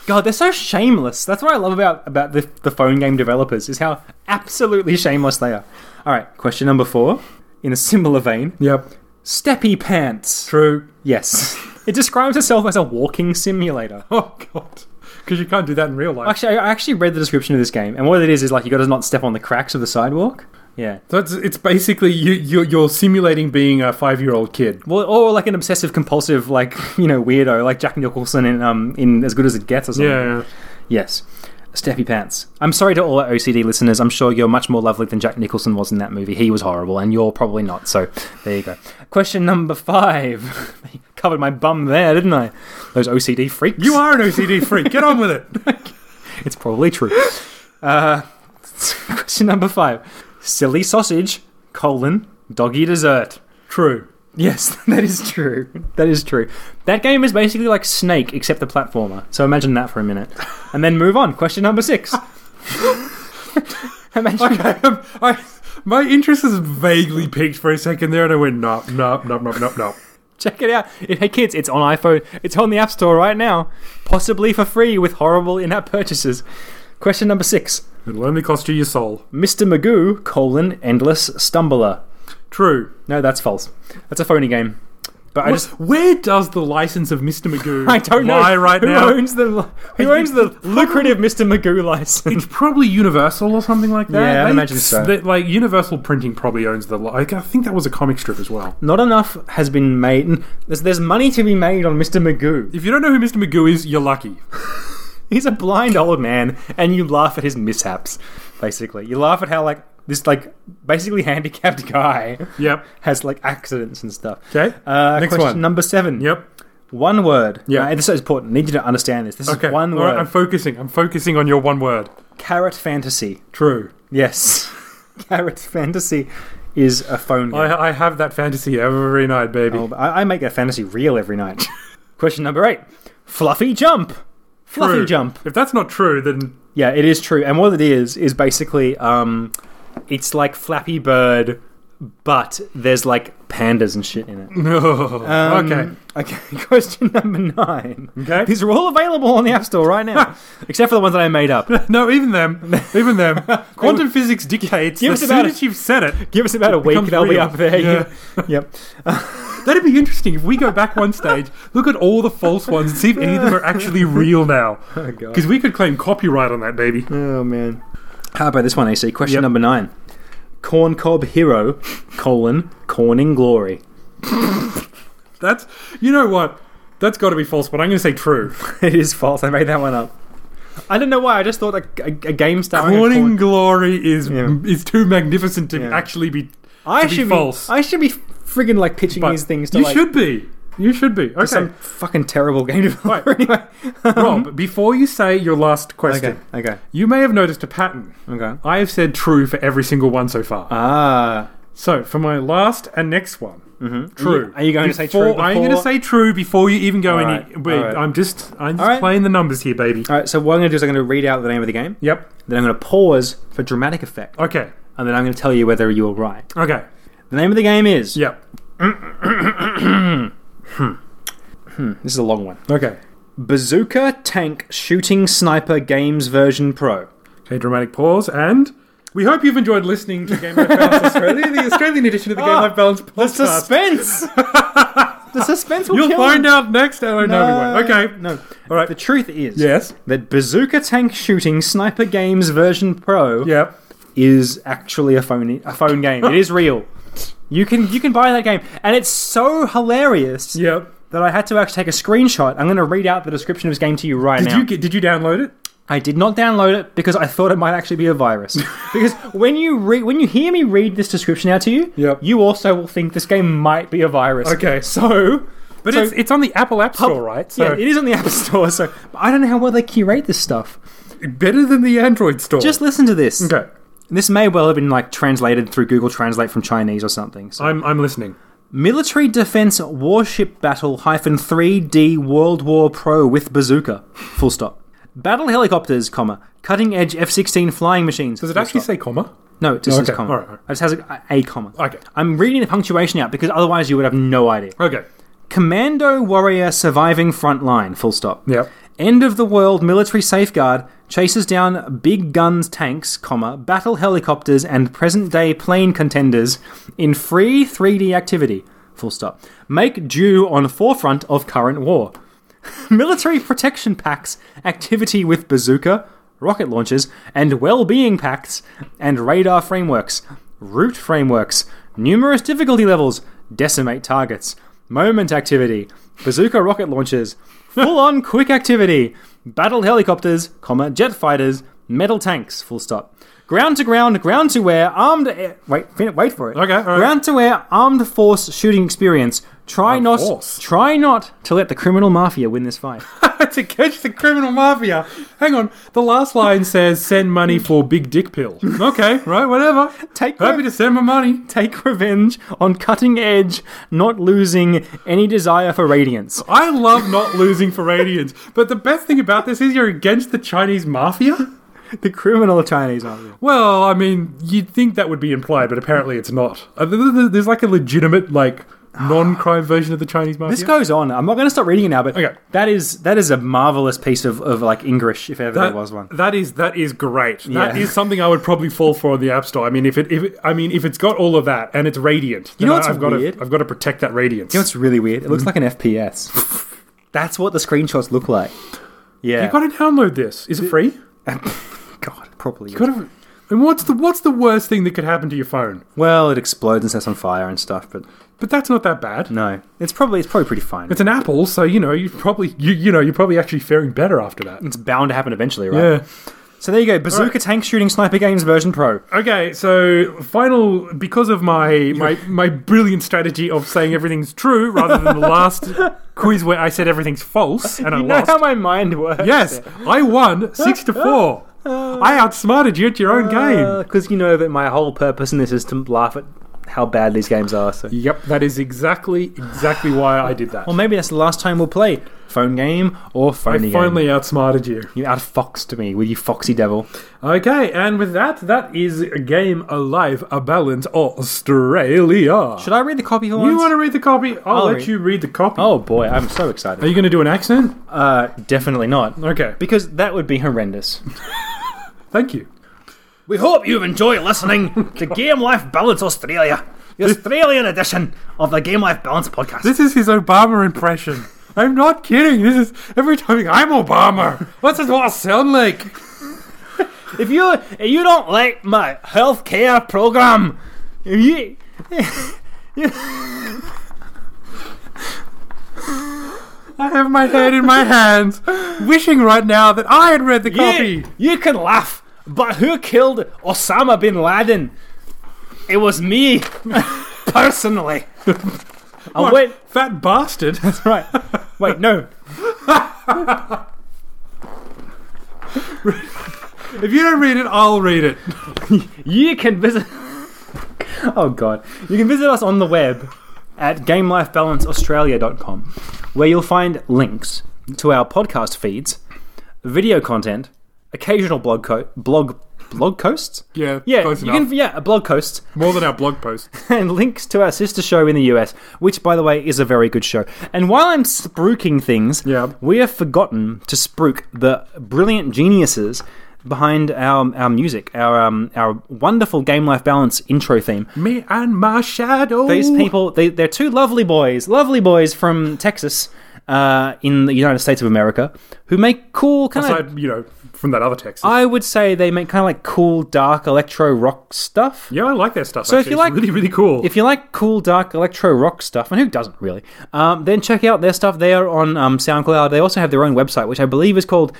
Speaker 2: God, they're so shameless. That's what I love about about the, the phone game developers is how absolutely shameless they are. All right, question number four. In a similar vein,
Speaker 1: Yep.
Speaker 2: Steppy Pants.
Speaker 1: True.
Speaker 2: Yes. It describes itself as a walking simulator.
Speaker 1: Oh, God. Because you can't do that in real life.
Speaker 2: Actually, I I actually read the description of this game, and what it is is like you got to not step on the cracks of the sidewalk. Yeah.
Speaker 1: So it's, it's basically you, you're, you're simulating being a five year old kid.
Speaker 2: Well, or like an obsessive compulsive, like you know, weirdo, like Jack Nicholson in um in As Good as It Gets or something.
Speaker 1: Yeah.
Speaker 2: Yes. Steppy Pants. I'm sorry to all our OCD listeners. I'm sure you're much more lovely than Jack Nicholson was in that movie. He was horrible, and you're probably not. So there you go. Question number five. Covered my bum there, didn't I? Those OCD freaks.
Speaker 1: You are an OCD freak. Get on with it.
Speaker 2: It's probably true. Uh, question number five: silly sausage colon doggy dessert.
Speaker 1: True.
Speaker 2: Yes, that is true. That is true. That game is basically like Snake, except the platformer. So imagine that for a minute, and then move on. Question number six. imagine,
Speaker 1: Okay. I'm, I, My interest is vaguely piqued for a second there, and I went, nope, nope, nope, nope, nope, nope.
Speaker 2: Check it out. It, hey kids, it's on iPhone. It's on the App Store right now, possibly for free with horrible in-app purchases. Question number six:
Speaker 1: It'll only cost you your soul.
Speaker 2: Mr. Magoo: colon endless stumbler.
Speaker 1: True.
Speaker 2: No, that's false. That's a phony game. But I
Speaker 1: Wh-
Speaker 2: just
Speaker 1: Where does the license of Mr. Magoo
Speaker 2: I don't know
Speaker 1: lie right
Speaker 2: who
Speaker 1: now?
Speaker 2: owns the who owns the lucrative Mr. Magoo license.
Speaker 1: It's probably Universal or something like that.
Speaker 2: Yeah, I'd
Speaker 1: They-
Speaker 2: imagine so.
Speaker 1: they- like Universal Printing probably owns the. li- Like, I think that was a comic strip as well.
Speaker 2: Not enough has been made. n- There's, there's money to be made on Mr. Magoo.
Speaker 1: If you don't know who Mr. Magoo is, you're lucky.
Speaker 2: He's a blind old man, and you laugh at his mishaps. Basically, you laugh at how like this like basically handicapped guy
Speaker 1: Yep.
Speaker 2: has like accidents and stuff.
Speaker 1: Okay.
Speaker 2: Uh,
Speaker 1: Next
Speaker 2: question
Speaker 1: one.
Speaker 2: number seven.
Speaker 1: Yep.
Speaker 2: One word.
Speaker 1: Yeah.
Speaker 2: Uh, and this is important. I need you to understand this. This
Speaker 1: Okay.
Speaker 2: is one
Speaker 1: All
Speaker 2: word.
Speaker 1: right, I'm focusing. I'm focusing on your one word.
Speaker 2: Carrot fantasy.
Speaker 1: True.
Speaker 2: Yes. Carrot fantasy is a phone game.
Speaker 1: I, I have that fantasy every night, baby.
Speaker 2: Oh, but I, I make that fantasy real every night. Question number eight: Fluffy jump. Fluffy
Speaker 1: True.
Speaker 2: jump.
Speaker 1: If that's not true, then
Speaker 2: Yeah, it is true. And what it is is basically, um, it's like Flappy Bird, but there's like pandas and shit in it.
Speaker 1: no.
Speaker 2: Um,
Speaker 1: okay.
Speaker 2: Mm-hmm. Okay. Question number nine.
Speaker 1: Okay.
Speaker 2: These are all available on the App Store right now, except for the ones that I made up.
Speaker 1: No, even them. Even them. Quantum physics dictates
Speaker 2: Give
Speaker 1: that
Speaker 2: us
Speaker 1: as
Speaker 2: about
Speaker 1: soon
Speaker 2: a-
Speaker 1: as you've said it,
Speaker 2: Give us about a week,
Speaker 1: becomes
Speaker 2: they'll be
Speaker 1: real.
Speaker 2: up there.
Speaker 1: Yeah.
Speaker 2: Yep.
Speaker 1: That'd be interesting if we go back one stage, look at all the false ones, and see if any of them are actually real now.
Speaker 2: Oh, God.
Speaker 1: Because we could claim copyright on that, baby.
Speaker 2: Oh man. How about this one, AC? Question
Speaker 1: Yep.
Speaker 2: number nine. Corn cob hero, colon, corning glory.
Speaker 1: That's, you know what? That's got to be false, but I'm going to say true.
Speaker 2: it is false. I made that one up. I don't know why. I just thought a, a, a game starring a
Speaker 1: Morning
Speaker 2: corn-
Speaker 1: glory is
Speaker 2: Yeah.
Speaker 1: is too magnificent to
Speaker 2: Yeah.
Speaker 1: actually be.
Speaker 2: I
Speaker 1: to be
Speaker 2: should
Speaker 1: false.
Speaker 2: I should be friggin' like pitching
Speaker 1: But
Speaker 2: these things to
Speaker 1: you
Speaker 2: like
Speaker 1: should be. You should be. Okay,
Speaker 2: some fucking terrible game developer.
Speaker 1: Right.
Speaker 2: anyway.
Speaker 1: Rob. Before you say your last question,
Speaker 2: okay. Okay.
Speaker 1: you may have noticed a pattern.
Speaker 2: Okay.
Speaker 1: I have said true for every single one so far.
Speaker 2: Ah. mm-hmm.
Speaker 1: So for my last and next one, true.
Speaker 2: Are you- are you going to say true
Speaker 1: I'm going to
Speaker 2: before-
Speaker 1: say true before you even go
Speaker 2: All
Speaker 1: any.
Speaker 2: right,
Speaker 1: Wait,
Speaker 2: all right.
Speaker 1: I'm just I'm
Speaker 2: All
Speaker 1: just
Speaker 2: right.
Speaker 1: playing the numbers here, baby.
Speaker 2: All right. So what I'm going to do is I'm going to read out the name of the game.
Speaker 1: Yep.
Speaker 2: Then I'm going to pause for dramatic effect,
Speaker 1: Okay.
Speaker 2: and then I'm going to tell you whether you were right.
Speaker 1: Okay.
Speaker 2: The name of the game is.
Speaker 1: Yep.
Speaker 2: This is a long one.
Speaker 1: Okay.
Speaker 2: Bazooka Tank Shooting Sniper Games Version Pro.
Speaker 1: Okay. Dramatic pause and. We hope you've enjoyed listening to Game Life Balance Australia, the Australian edition of the Game
Speaker 2: Ah,
Speaker 1: Life Balance
Speaker 2: The
Speaker 1: podcast.
Speaker 2: suspense. the suspense will
Speaker 1: You'll
Speaker 2: kill
Speaker 1: find
Speaker 2: me.
Speaker 1: out next. Hello, no. everyone. Okay.
Speaker 2: No.
Speaker 1: All right.
Speaker 2: The truth is
Speaker 1: Yes.
Speaker 2: that Bazooka Tank Shooting Sniper Games Version Pro
Speaker 1: Yep.
Speaker 2: is actually a phone a phone game. it is real. You can you can buy that game, and it's so hilarious
Speaker 1: Yep.
Speaker 2: that I had to actually take a screenshot. I'm going to read out the description of this game to you right
Speaker 1: Did
Speaker 2: now.
Speaker 1: you get? Did you download it?
Speaker 2: I did not download it because I thought it might actually be a virus. because when you re- when you hear me read this description out to you,
Speaker 1: Yep.
Speaker 2: you also will think this game might be a virus.
Speaker 1: Okay.
Speaker 2: so
Speaker 1: But
Speaker 2: So-
Speaker 1: it's it's on the Apple App Store, right? So
Speaker 2: yeah, it is on the App Store. So but I don't know how well they curate this stuff.
Speaker 1: better than the Android store.
Speaker 2: Just listen to this.
Speaker 1: okay.
Speaker 2: This may well have been like translated through Google Translate from Chinese or something. So.
Speaker 1: I'm I'm listening.
Speaker 2: Military Defense Warship Battle hyphen 3D World War Pro with bazooka. Full stop. Battle helicopters, comma cutting edge F-16 flying machines.
Speaker 1: Does it
Speaker 2: full
Speaker 1: actually
Speaker 2: stop.
Speaker 1: say comma?
Speaker 2: No, it just
Speaker 1: Oh,
Speaker 2: says
Speaker 1: okay.
Speaker 2: comma.
Speaker 1: All right, all right.
Speaker 2: It just has a, a comma.
Speaker 1: Okay.
Speaker 2: I'm reading the punctuation out because otherwise you would have no idea.
Speaker 1: Okay.
Speaker 2: Commando warrior surviving front line. Full stop.
Speaker 1: Yep.
Speaker 2: End of the world military safeguard chases down big guns tanks, comma battle helicopters and present day plane contenders in free 3D activity. Full stop. Make Jew on forefront of current war. military protection packs activity with bazooka, rocket launchers, and well-being packs and radar frameworks, route frameworks, numerous difficulty levels, decimate targets, moment activity, bazooka rocket launchers, full-on quick activity, battle helicopters, comma jet fighters, metal tanks, full stop. Ground to ground, ground to air, armed air. Wait, fin- wait for it.
Speaker 1: Okay, all right.
Speaker 2: Ground to air, armed force shooting experience. Try not,
Speaker 1: force.
Speaker 2: try not to let the criminal mafia win this fight.
Speaker 1: to catch the criminal mafia. Hang on. The last line says send money for big dick pill. Okay, right, whatever.
Speaker 2: Take
Speaker 1: Happy
Speaker 2: re-
Speaker 1: to send my money.
Speaker 2: take revenge on cutting edge, not losing any desire for radiance.
Speaker 1: I love not losing for radians, but the best thing about this is you're against the Chinese mafia.
Speaker 2: the criminal Chinese army.
Speaker 1: Well, I mean, you'd think that would be implied, but apparently it's not. Uh, th- th- th- There's like a legitimate, like, non-crime version of the Chinese mafia.
Speaker 2: Ah. This goes on. I'm not going to stop reading it now, but
Speaker 1: Okay.
Speaker 2: that is that is a marvelous piece of, of like English, if ever there was one.
Speaker 1: That is that is great. That
Speaker 2: Yeah.
Speaker 1: is something I would probably fall for on the App Store. I mean, if it, if it, I mean, if it's got all of that and it's radiant,
Speaker 2: You
Speaker 1: then
Speaker 2: know
Speaker 1: I-
Speaker 2: what's
Speaker 1: I've got
Speaker 2: weird?
Speaker 1: to I've got to protect that radiance.
Speaker 2: You know what's really weird? It looks like an FPS. That's what the screenshots look like. Yeah.
Speaker 1: you got to download this. Is it free?
Speaker 2: God, probably.
Speaker 1: Got to. And what's the what's the worst thing that could happen to your phone?
Speaker 2: Well, it explodes and sets on fire and stuff, but
Speaker 1: But that's not that bad.
Speaker 2: no, it's probably it's probably pretty fine.
Speaker 1: It's an Apple, so you know you probably you you know you're probably actually faring better after that.
Speaker 2: It's bound to happen eventually, right?
Speaker 1: Yeah.
Speaker 2: So there you go, Bazooka Tank Shooting Sniper Games version Pro.
Speaker 1: Okay, so final because of my my my brilliant strategy of saying everything's true rather than the last quiz where I said everything's false and I
Speaker 2: you
Speaker 1: lost.
Speaker 2: know how my mind works.
Speaker 1: Yes, I won six to four. I outsmarted you at your own game.
Speaker 2: Because Uh, you know that my whole purpose in this is to laugh at how bad these games are. So.
Speaker 1: Yep, that is exactly exactly why I did that.
Speaker 2: Well, maybe that's the last time we'll play phone game or
Speaker 1: I
Speaker 2: phone game.
Speaker 1: finally outsmarted you.
Speaker 2: you outfoxed me, will you foxy devil?
Speaker 1: Okay, and with that, that is a game alive, a balance Australia.
Speaker 2: Should I read the copy for
Speaker 1: you
Speaker 2: once?
Speaker 1: want to read the copy? I'll,
Speaker 2: I'll
Speaker 1: let
Speaker 2: read.
Speaker 1: you read the copy.
Speaker 2: Oh boy, I'm so
Speaker 1: Are
Speaker 2: excited.
Speaker 1: you going to do an accent?
Speaker 2: Uh, definitely not.
Speaker 1: Okay.
Speaker 2: Because that would be horrendous.
Speaker 1: Thank you.
Speaker 2: We hope you've enjoyed listening to Game Life Balance Australia, the Australian edition of the Game Life Balance podcast.
Speaker 1: This is his Obama impression. I'm not kidding. This is every time I'm Obama. What's this what I sound like?
Speaker 2: If you if you don't like my healthcare program, if you
Speaker 1: I have my head in my hands, wishing right now that I had read the copy.
Speaker 2: you, you can laugh, but who killed Osama bin Laden? It was me, personally. I
Speaker 1: What,
Speaker 2: went
Speaker 1: fat bastard.
Speaker 2: right. Wait, no.
Speaker 1: if you don't read it, I'll read it.
Speaker 2: You can visit. oh god, you can visit us on the web at GameLifeBalanceAustralia.com, where you'll find links to our podcast feeds, video content, occasional blog co- blog blog posts.
Speaker 1: Yeah,
Speaker 2: Yeah,
Speaker 1: close
Speaker 2: you
Speaker 1: enough.
Speaker 2: can yeah blog posts
Speaker 1: More than our blog post.
Speaker 2: and links to our sister show in the US, which by the way is a very good show. And while I'm spruiking things,
Speaker 1: Yeah.
Speaker 2: we have forgotten to spruik the brilliant geniuses behind our our music, our um, our wonderful game life balance intro theme.
Speaker 1: Me and my shadow.
Speaker 2: These people, they, they're two lovely boys, lovely boys from Texas. Uh, in the United States of America, who make cool kind of
Speaker 1: Aside, you know, from that other text.
Speaker 2: I would say they make kind of like cool, dark electro rock stuff.
Speaker 1: yeah, I like their stuff.
Speaker 2: So if
Speaker 1: actually.
Speaker 2: you
Speaker 1: It's
Speaker 2: like-
Speaker 1: really, really cool.
Speaker 2: If you like cool, dark electro rock stuff, and who doesn't really, um, then check out their stuff. They are on um, SoundCloud. They also have their own website, which I believe is called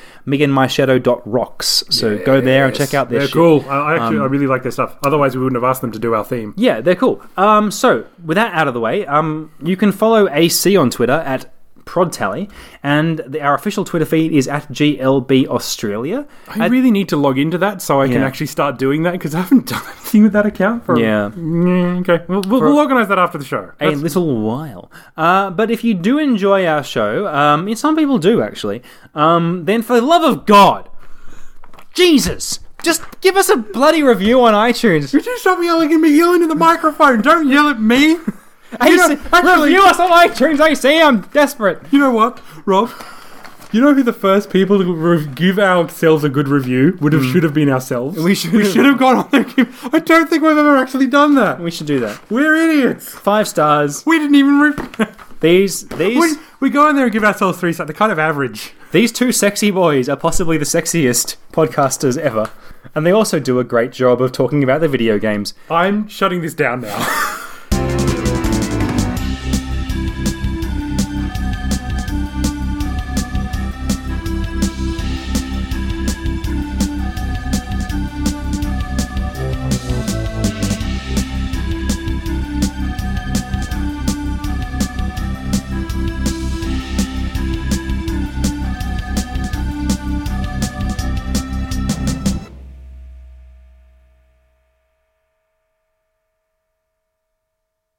Speaker 2: meganmyshadow.rocks. So go there and check out their
Speaker 1: they're
Speaker 2: shit.
Speaker 1: cool. I, I actually, I really like their stuff. Otherwise, we wouldn't have asked them to do our theme.
Speaker 2: Yeah, they're cool. Um, so, with that out of the way, um, you can follow AC on Twitter at ProdTally, and the, our official Twitter feed is at GLB Australia.
Speaker 1: I, really need to log into that so I can
Speaker 2: Yeah.
Speaker 1: actually start doing that because I haven't done anything with that account for.
Speaker 2: Yeah.
Speaker 1: Mm, okay, we'll, we'll, we'll organize that after the show.
Speaker 2: a little while. Uh, but if you do enjoy our show, um, yeah, some people do actually, um, then for the love of God, Jesus, just give us a bloody review on iTunes.
Speaker 1: Would you stop yelling at me? Yelling in the microphone. Don't yell at me.
Speaker 2: AC,
Speaker 1: You know, actually-
Speaker 2: review us on iTunes, AC, I'm desperate.
Speaker 1: You know what, Rob? You know who the first people to re- give ourselves a good review would have should have been ourselves.
Speaker 2: We should
Speaker 1: Mm. We
Speaker 2: have.
Speaker 1: should have gone on there. I don't think we've ever actually done that.
Speaker 2: We should do that.
Speaker 1: We're idiots.
Speaker 2: Five stars.
Speaker 1: We didn't even. Re-
Speaker 2: These these
Speaker 1: we, we go in there and give ourselves three. So the kind of average.
Speaker 2: these two sexy boys are possibly the sexiest podcasters ever. And they also do a great job of talking about the video games.
Speaker 1: I'm shutting this down now.